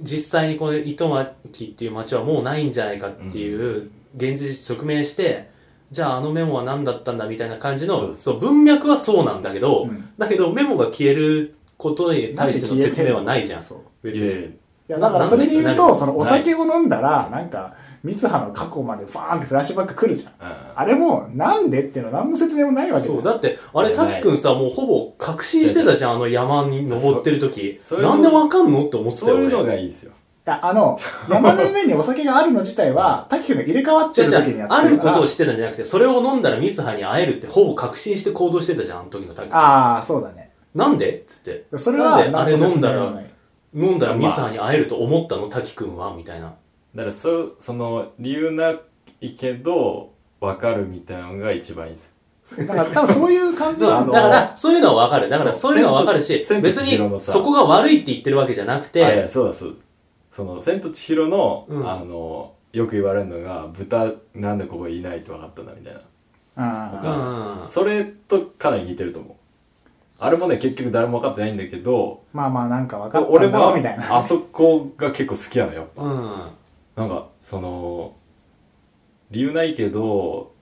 S1: 実際にこの糸巻きっていう街はもうないんじゃないかっていう、現実に直面して、じゃああのメモは何だったんだみたいな感じ
S3: そう
S1: の、
S3: です
S1: そう、文脈はそうなんだけど
S2: うん、
S1: だけどメモが消えることに対しての説明はないじゃん。
S2: そう
S1: 別
S3: いやい
S1: に。
S3: や
S2: いやだからそれで言う
S1: な
S2: と
S1: ん
S2: そのお酒を飲んだらなんか三葉の過去までバーンってフラッシュバックくるじゃん
S3: あ
S2: あれもなんでっていうの何の説明もないわけじゃ
S1: そうんだってあれ
S3: ない
S1: 滝くんさもうほぼ確信してたじゃんあの山に登ってる時
S3: そそういうの
S1: なんでわかんのって思ってたよ
S3: そういうの
S1: 俺
S3: がいいですよ
S2: ああの山の上にお酒があるの自体は滝君が入れ替わって
S1: じゃ
S2: る
S1: じゃ
S2: 時にや
S1: あ
S2: って
S1: る
S2: るか
S1: こ
S2: ら
S1: とを知ってたんじゃなくてそれを飲んだらミツハに会えるってほぼ確信して行動してたじゃんあの時の滝くん
S2: ああそうだね
S1: なんでっつって
S2: それ
S1: なん
S2: は
S1: であれ
S2: 何の
S1: 飲ん
S2: 説明
S1: だ
S2: も
S1: ら
S2: ない
S1: 飲んだらミツハに会えると思ったの滝くんはみたいな
S3: だからそその理由ないけど分かるみたいなのが一番いいですよ
S2: だから多分そういう感じ
S1: そう
S2: はあ
S1: だ
S2: る
S1: からそういうのはわかるだから
S3: そう
S1: そういうのはわかるし
S3: 千と
S1: 別
S3: 千尋の
S1: に
S3: さ
S1: そこが悪いって言ってるわけじゃなく
S3: あいや
S1: て
S3: そうだそうだその「千と千尋の」
S1: うん
S3: あのよく言われるのが「豚なんでここいないと分かったんだ」みたいな
S2: うん
S1: うん
S3: それとかなり似てると思うあれもね結局誰も分かってないんだけど
S2: まあまあなんか分かった
S3: 俺
S2: んだろうみたい
S3: はあ
S2: な
S3: そこが結構好きなのよ
S1: うん
S3: なんかその理由ないけど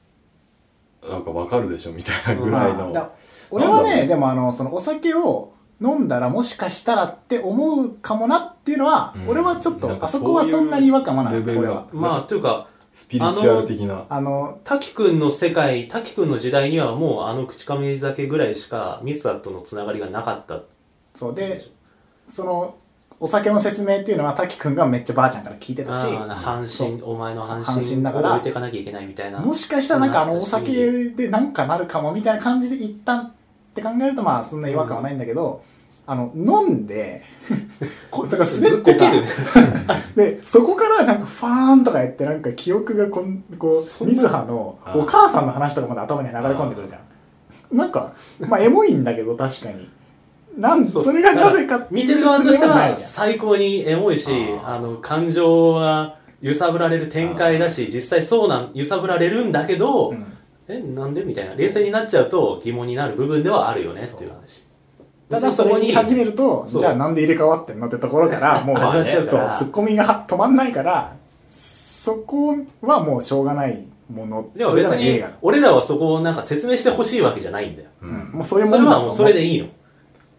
S3: なんか分かるでしょみたいなぐらい
S2: ま
S3: の、
S2: あだ俺は
S3: なんだろう
S2: ね
S3: ね
S2: でもあのそのお酒を飲んだらもしかしたらって思うかもなっていうのは
S3: うん
S2: 俺はちょっ
S3: なん
S2: と
S3: か
S2: あそこはそんなに違和感はな
S3: レ
S2: い
S3: ベル
S2: 俺
S3: が
S2: は
S1: まあというか
S3: スピリチュアル的な
S2: あの
S1: 滝くんの世界、滝くんの時代にはもうあの口上酒ぐらいしかミスアとのつながりがなかった。
S2: そうでそのお酒の説明っていうのは滝くんがめっちゃばあちゃんから聞いてたし
S1: ああ半身お前の半
S2: 半身
S1: 身
S2: だから
S1: を置いていかなきゃいけないみたいな
S2: もしかしたらなんかあのお
S1: そうなったし
S2: 酒でなんかなるかもみたいな感じで一旦って考えるとまあそんな違和感はないんだけど、あの飲んで こうだから滑ってさ
S1: ずっこ
S2: でそこからなんかファーンとかやってなんか記憶がこんこう
S1: そんな
S2: 水葉の
S3: あー
S2: お母さんの話とかまで頭に流れ込んでくるじゃんなんかまあエモいんだけど確かになん
S1: そ
S2: そうれがなぜかってい
S1: 見
S2: う
S1: てる側として
S2: 説明がない
S1: は
S2: じゃん
S1: 最高にエモいし
S3: あ
S1: あの感情は揺さぶられる展開だし実際そうなん揺さぶられるんだけど、
S2: うん
S1: えなんでみたいな冷静になっちゃうと疑問になる部分ではあるよねっていう話
S2: ただそれに始めると
S1: そう
S2: じゃあなんで入れ替わってんのってところからもう
S1: 始 まっちゃうか
S2: そう
S1: ら
S2: ツッコミが止まんないからそこはもうしょうがないもの
S1: でも
S2: それ
S1: 別
S2: が映
S1: に
S2: 画、
S1: 俺らはそこをなんか説明してほしいわけじゃないんだよ。
S3: う、
S2: うんん、
S3: い
S2: もうそういう
S1: それ
S2: もんだ
S1: は
S2: と
S1: も
S2: 思
S1: う
S2: う
S1: それでいいの。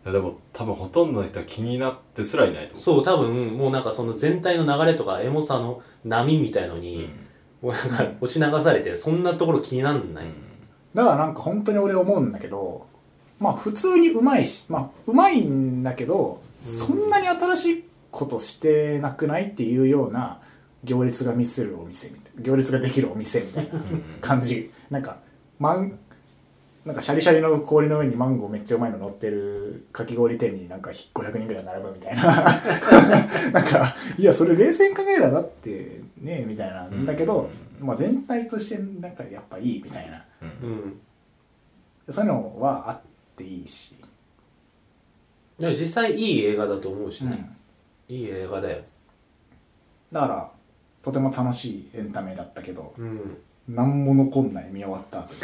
S3: やでも多分ほとんどの人は気になってすらいないと思
S1: そう、多分、もうなんかその全体の流れとか、エモさの波みたいの
S3: う
S1: に、
S3: ん
S1: もうなんか押し流されて、そんなところ気になんない。
S2: だからなんか本当に俺思うんだけどまあ普通にうまいしまあうまいんだけど、
S1: うん
S2: そんなに新しいことしてなくないっていうような行列が見せるお店みたいな行列ができるお店みたいな
S3: うんうん
S2: 感じなんかマンなんかシャリシャリの氷の上にマンゴーめっちゃうまいの乗ってるかき氷店になんか500人ぐらい並ぶみたいななんかいやそれ冷静に考えたらだってねみたいなんだけど、まあ、全体としてなんかやっぱいいみたいな
S3: う
S1: うんん。
S2: そういうのはあっていいし、
S1: でも実際いい映画だと思うしね。いい映画だよ。
S2: だからとても楽しいエンタメだったけど
S1: うん。
S2: 何も残んない見終わった 後に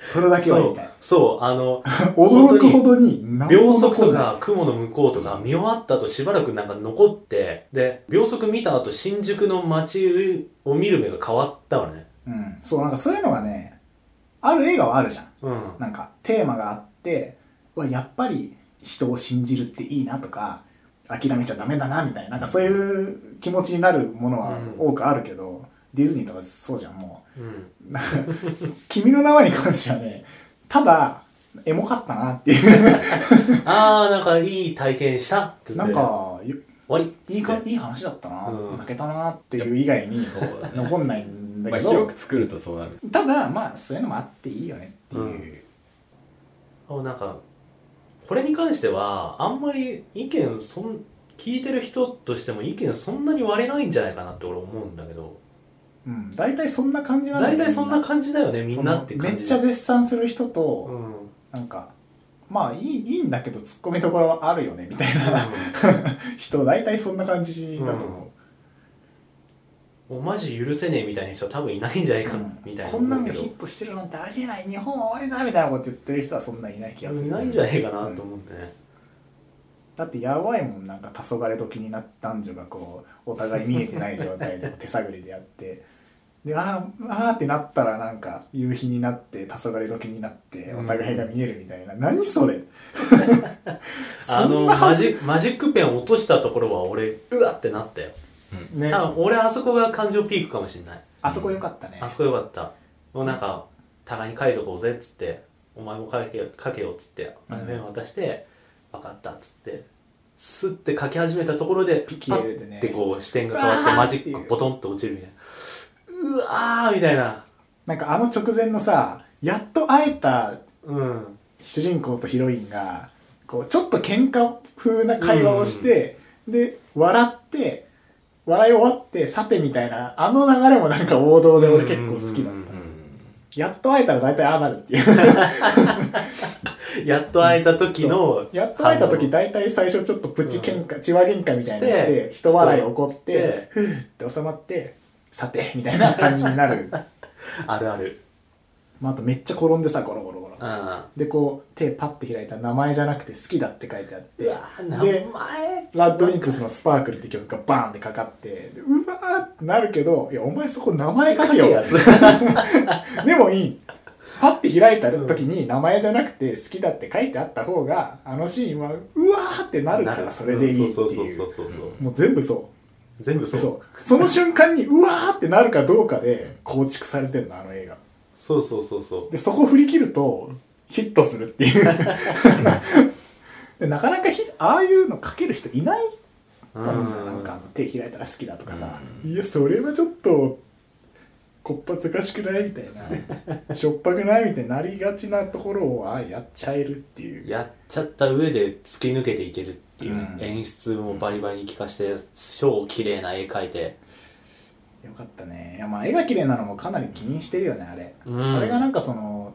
S2: それだけは言いたい
S1: そう、あの、
S2: 驚くほどに何も
S1: 秒速
S2: 残
S1: と
S2: んない
S1: か雲の向こうとか見終わった後しばらくなんか残って、で、秒速見た後新宿の街を見る目が変わったわね。
S2: うん、そうなんかそういうのがねある映画はあるじゃん
S1: うん。
S2: なんかテーマがあってうわやっぱり人を信じるっていいなとか諦めちゃダメだなみたいななんかそういう気持ちになるものは多くあるけど、ディズニーとかそうじゃんも
S1: うん。
S2: う「君の名は」に関してはねただエモかったなっていう
S1: ああ、なんかいい体験したって言
S2: な
S1: って
S2: んかよ
S1: 終わり
S2: いいかいい話だったな、
S1: うん
S2: 泣けたなっていう以外に
S3: そうだね
S2: 残んないんだ
S3: まあ
S2: けど、
S3: 広く作るとそうなる
S2: ただまあそういうのもあっていいよねっていう、
S1: うんあなんかこれに関してはあんまり意見そん聞いてる人としても意見そんなに割れないんじゃないかなって俺思うんだけど
S2: うん、大体そんな感じなんだ
S1: 大
S2: よ
S1: 体そん
S2: み
S1: な感じだよねみんなって感じ
S2: めっちゃ絶賛する人
S1: う
S2: と、
S1: ん、うん
S2: なんかまあいいいいんだけどツッコミどころはあるよねみたいな 人大体そんな感じだと思、
S1: もうマジ許せねえみたいな人は多分いないんじゃないうか、
S2: うん
S1: みたいな
S2: こんなの
S1: けど
S2: ヒットしてるなんてありえない日本は終わりだみたいなこと言ってる人はそんないない気がす
S1: い
S2: る、
S1: ないんじゃないかなと思うんだね、
S2: だってやばいもんなんか黄昏時になった男女がこうお互い見えてない状態で手探りでやってであーあーってなったらなんか夕日になって黄昏時になってお互いが見えるみたいな、何 それ
S1: あ
S2: そ
S1: の
S2: んな
S1: マ
S2: はず
S1: ジマジックペン落としたところは俺うわってなったよ
S2: ね
S1: 多分俺あそこが感情ピークかもしれない
S2: あそこ良かったね
S1: あそこよかったもうなんか互いに書いとこうぜっつってお前も書けよ書けよっつってあのペン渡して、分かったっつってスッて書き始めたところで
S2: ピキエルでね
S1: パッてこう視点が変わっ
S2: うわ
S1: て
S2: ー
S1: マジ
S2: って
S1: ッ
S2: いう
S1: クボトンと落ちるみたいなうわーみたいな
S2: なんかあの直前のさやっと会えた
S1: うん
S2: 主人公とヒロインがこうちょっと喧嘩風な会話をして、で笑って笑い終わってさてみたいなあの流れもなんか王道で俺結構好
S1: う
S2: きだった、
S1: んうんうん
S2: やっと会えたら大体ああなるっていう
S1: やっと会えた時の
S2: やっと会えた時
S1: 反応
S2: 大体最初ちょっとプチ喧嘩、チワ喧嘩みたいなのし
S1: して
S2: て人笑い起こっ
S1: して
S2: てふーって収まってさてみたいな感じにな る、
S1: あるある
S2: まあ、あとめっちゃ転んでさゴロゴロゴロ
S1: うんあ
S2: でこう手パッて開いたら名前じゃなくて「好きだ」って書いてあって
S1: うわー名
S2: で
S1: 前
S2: ラッドウィンクスの「スパークル」って曲がバーンってかかってでうわーってなるけどいやお前そこ名前書けよ
S1: 書
S2: でもいいパッて開いた時に名前じゃなくて「好きだ」って書いてあった方があのシーンはうわーってなるからそれでいいって
S1: そうそう
S2: い
S1: そううそうそう
S2: もう全部そ
S1: 全部
S2: う
S1: そう
S2: そうその瞬間にうわーってなるかどうかで構築されてるのあの映画
S1: そうそうそうそう
S2: でそこ振り切るとヒットするっていうででなかなかひああいうの描ける人いない
S1: うん
S2: だろうななんか手開いたら好きだとかさ、いやそれはちょっとこっぱずかしくないみたいなしょっぱくないみたいになりがちなところをあやっちゃえるっていう
S1: やっちゃった上で突き抜けていけるっていう、
S2: うん
S1: 演出もバリバリに効かして超綺麗な絵描いて、
S2: よかったねいやまあ絵が綺麗なのもかなり気にしてるよねあれ、
S1: うん
S2: あれがなんかその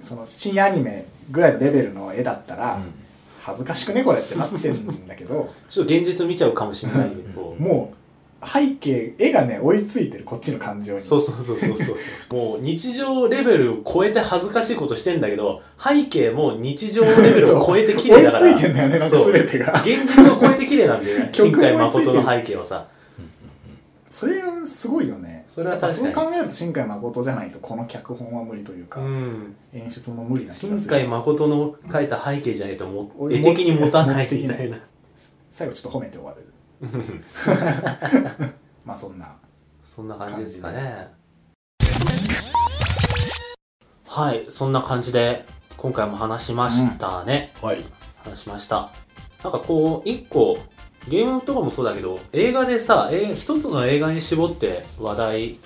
S2: その新アニメぐらいのレベルの絵だったら、恥ずかしくねこれってなってんだけど
S1: ちょっと現実見ちゃうかもしれないけど、
S2: もう背景絵がね追いついてるこっちの感情に
S1: そうそうそうそうそうそうもう日常レベルを超えて恥ずかしいことしてんだけど背景も日常レベルを超えて綺麗だから
S2: 追いついてんだよねなんか
S1: そう
S2: 全てが
S1: 現実を超えて綺麗なんだ よね
S2: 曲
S1: 新
S2: も追いついてる
S1: 海誠の背景はさ
S2: それすごいよね
S1: それは確かに
S2: やっぱそう考えると新海誠じゃないとこの脚本は無理というか、
S1: うん
S2: 演出も無理な気が
S1: 新
S2: す
S1: 海
S2: る
S1: 誠の描いた背景じゃないとも
S2: 俺
S1: 絵的に持たないみたいな
S2: 最後ちょっと褒めて終わるまあそんな
S1: そんな感じですかね。はい、そんな感じで、今回も話しましたね。
S3: はい
S1: 話しました。なんかこう、一個、ゲームとかもそうだけど、映画でさ、えー一つの映画に絞って話題、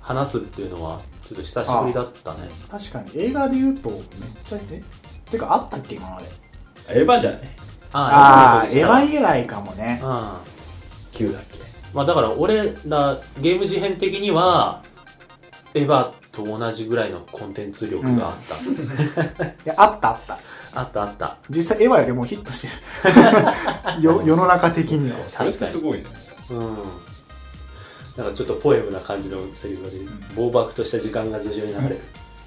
S1: 話すっていうのは、ちょっと久しぶりだったね。
S2: 確かに映画で言うとめっちゃえてかあったっけ今まで
S3: エヴァじゃない
S2: ああ
S1: 映
S2: エ
S1: 画
S2: ヴ
S1: のことで
S2: ァ以来かもね
S1: したうん。
S3: 9だっけ
S1: まあだから俺らゲーム事変的にはエヴァと同じぐらいのコンテンツ力があった、
S2: いやあったあった
S1: あったあった
S2: 実際エヴァよりもヒットして るよ世の中的には
S3: それってすごいね
S1: うんなんかちょっとポエムな感じのセリフで、暴漠とした時間が頭上に流れる、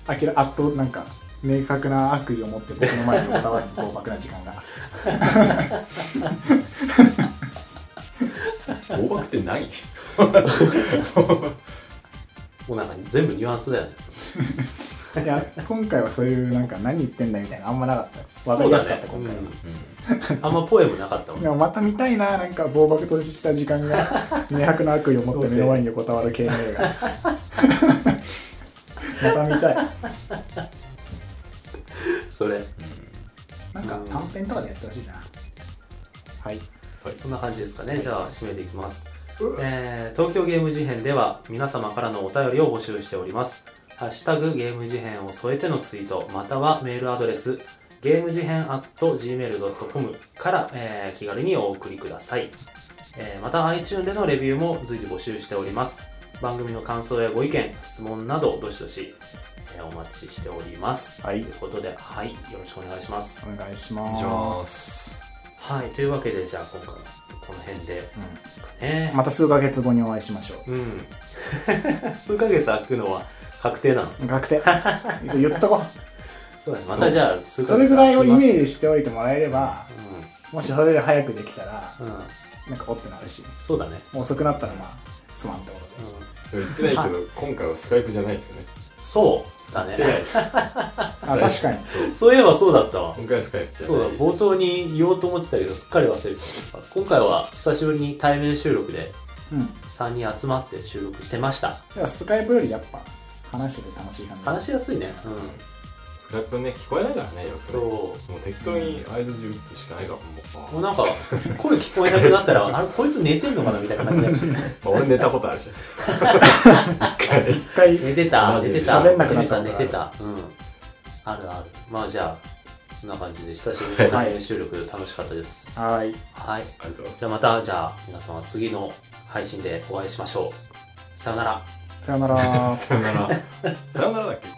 S2: あきらあっとなんか明確な悪意を持って僕の前におたわりに暴くな時 間が
S3: 大爆ってない
S1: もうなんか全部ニュアンスだよね
S2: いや今回はそういうなんか何言ってんだみたいなあんまなかった話題やすかった、
S1: そう
S2: 今
S1: だ
S2: 回は
S1: ね、うんあんまポエムなかったもん
S2: でもまた見たいななんか暴漠とした時間が 明白な悪意を持って目の前に横たわる系の映画また見たい
S1: それ
S2: なんか短編とかでやってほしいなはい
S1: そんな感じですかね。じゃあ、締めていきます。えー東京ゲーム事変では、皆様からのお便りを募集しております。ハッシュタグゲーム事変を添えてのツイート、またはメールアドレス、ゲーム事変 at gmail.com から、えー気軽にお送りください。えーまた iTune でのレビューも随時募集しております。番組の感想やご意見、質問など、どしどし、えーお待ちしております。
S2: はい
S1: ということで、はい、よろしくお願いします。
S2: お願いし
S3: お願いし
S2: ま
S3: ます
S1: はい、というわけで、じゃあ今回、この辺で、ね
S2: また数ヶ月後にお会いしましょ
S1: うん。数ヶ月空くのは確定なの。
S2: う 確定言っとこ
S1: そうだね。またじゃあ数
S2: う
S1: ヶ月
S2: それぐらいをイ
S1: ジ。
S2: メージしておいてもらえればもしそれより早くできたら
S1: うん。うん。
S2: なんかおってなるし
S1: そうだね。
S2: もう遅くなったらまあすまんってことで
S1: うん。
S3: 言ってないけど今回はスカイプじゃないですね
S1: そうだね。
S2: あ確かに
S3: そう
S1: そういえばそうだったわ。
S3: 今回はスカイプじゃ
S1: そう
S3: な
S1: だ
S3: い、
S1: 冒頭に言おうと思ってたけど、すっかり忘れてた。今回は久しぶりに対面収録で
S2: うん
S1: 3人集まって収録してました。
S2: ではスカイプよりやっぱ話してて楽しい感じ
S1: 話しやすいね。うん。
S3: スカイプね聞こえないからねよくね
S1: そ
S3: もう適当に合図打つしかないからも
S1: う。
S3: う
S1: もうなんか、声聞こえなくなったら、あれ、こいつ寝てんのかなみたいな感じで。
S3: まあ俺寝たことあ るじゃん一回
S2: 一回
S1: 寝てた
S3: マ
S1: 寝
S3: ジで
S1: てた
S2: 喋んなくなった
S1: ジミーさん寝てたうんあるあるまあじゃあそんな感じで久しぶりの
S2: はい
S1: 対面収録楽しかったです
S2: はい
S1: はい
S3: ありがとうございます
S1: じゃあまたじゃあ皆様次の配信でお会いしましょうさようなら
S2: さよなら
S3: さよなら。さよならだっけ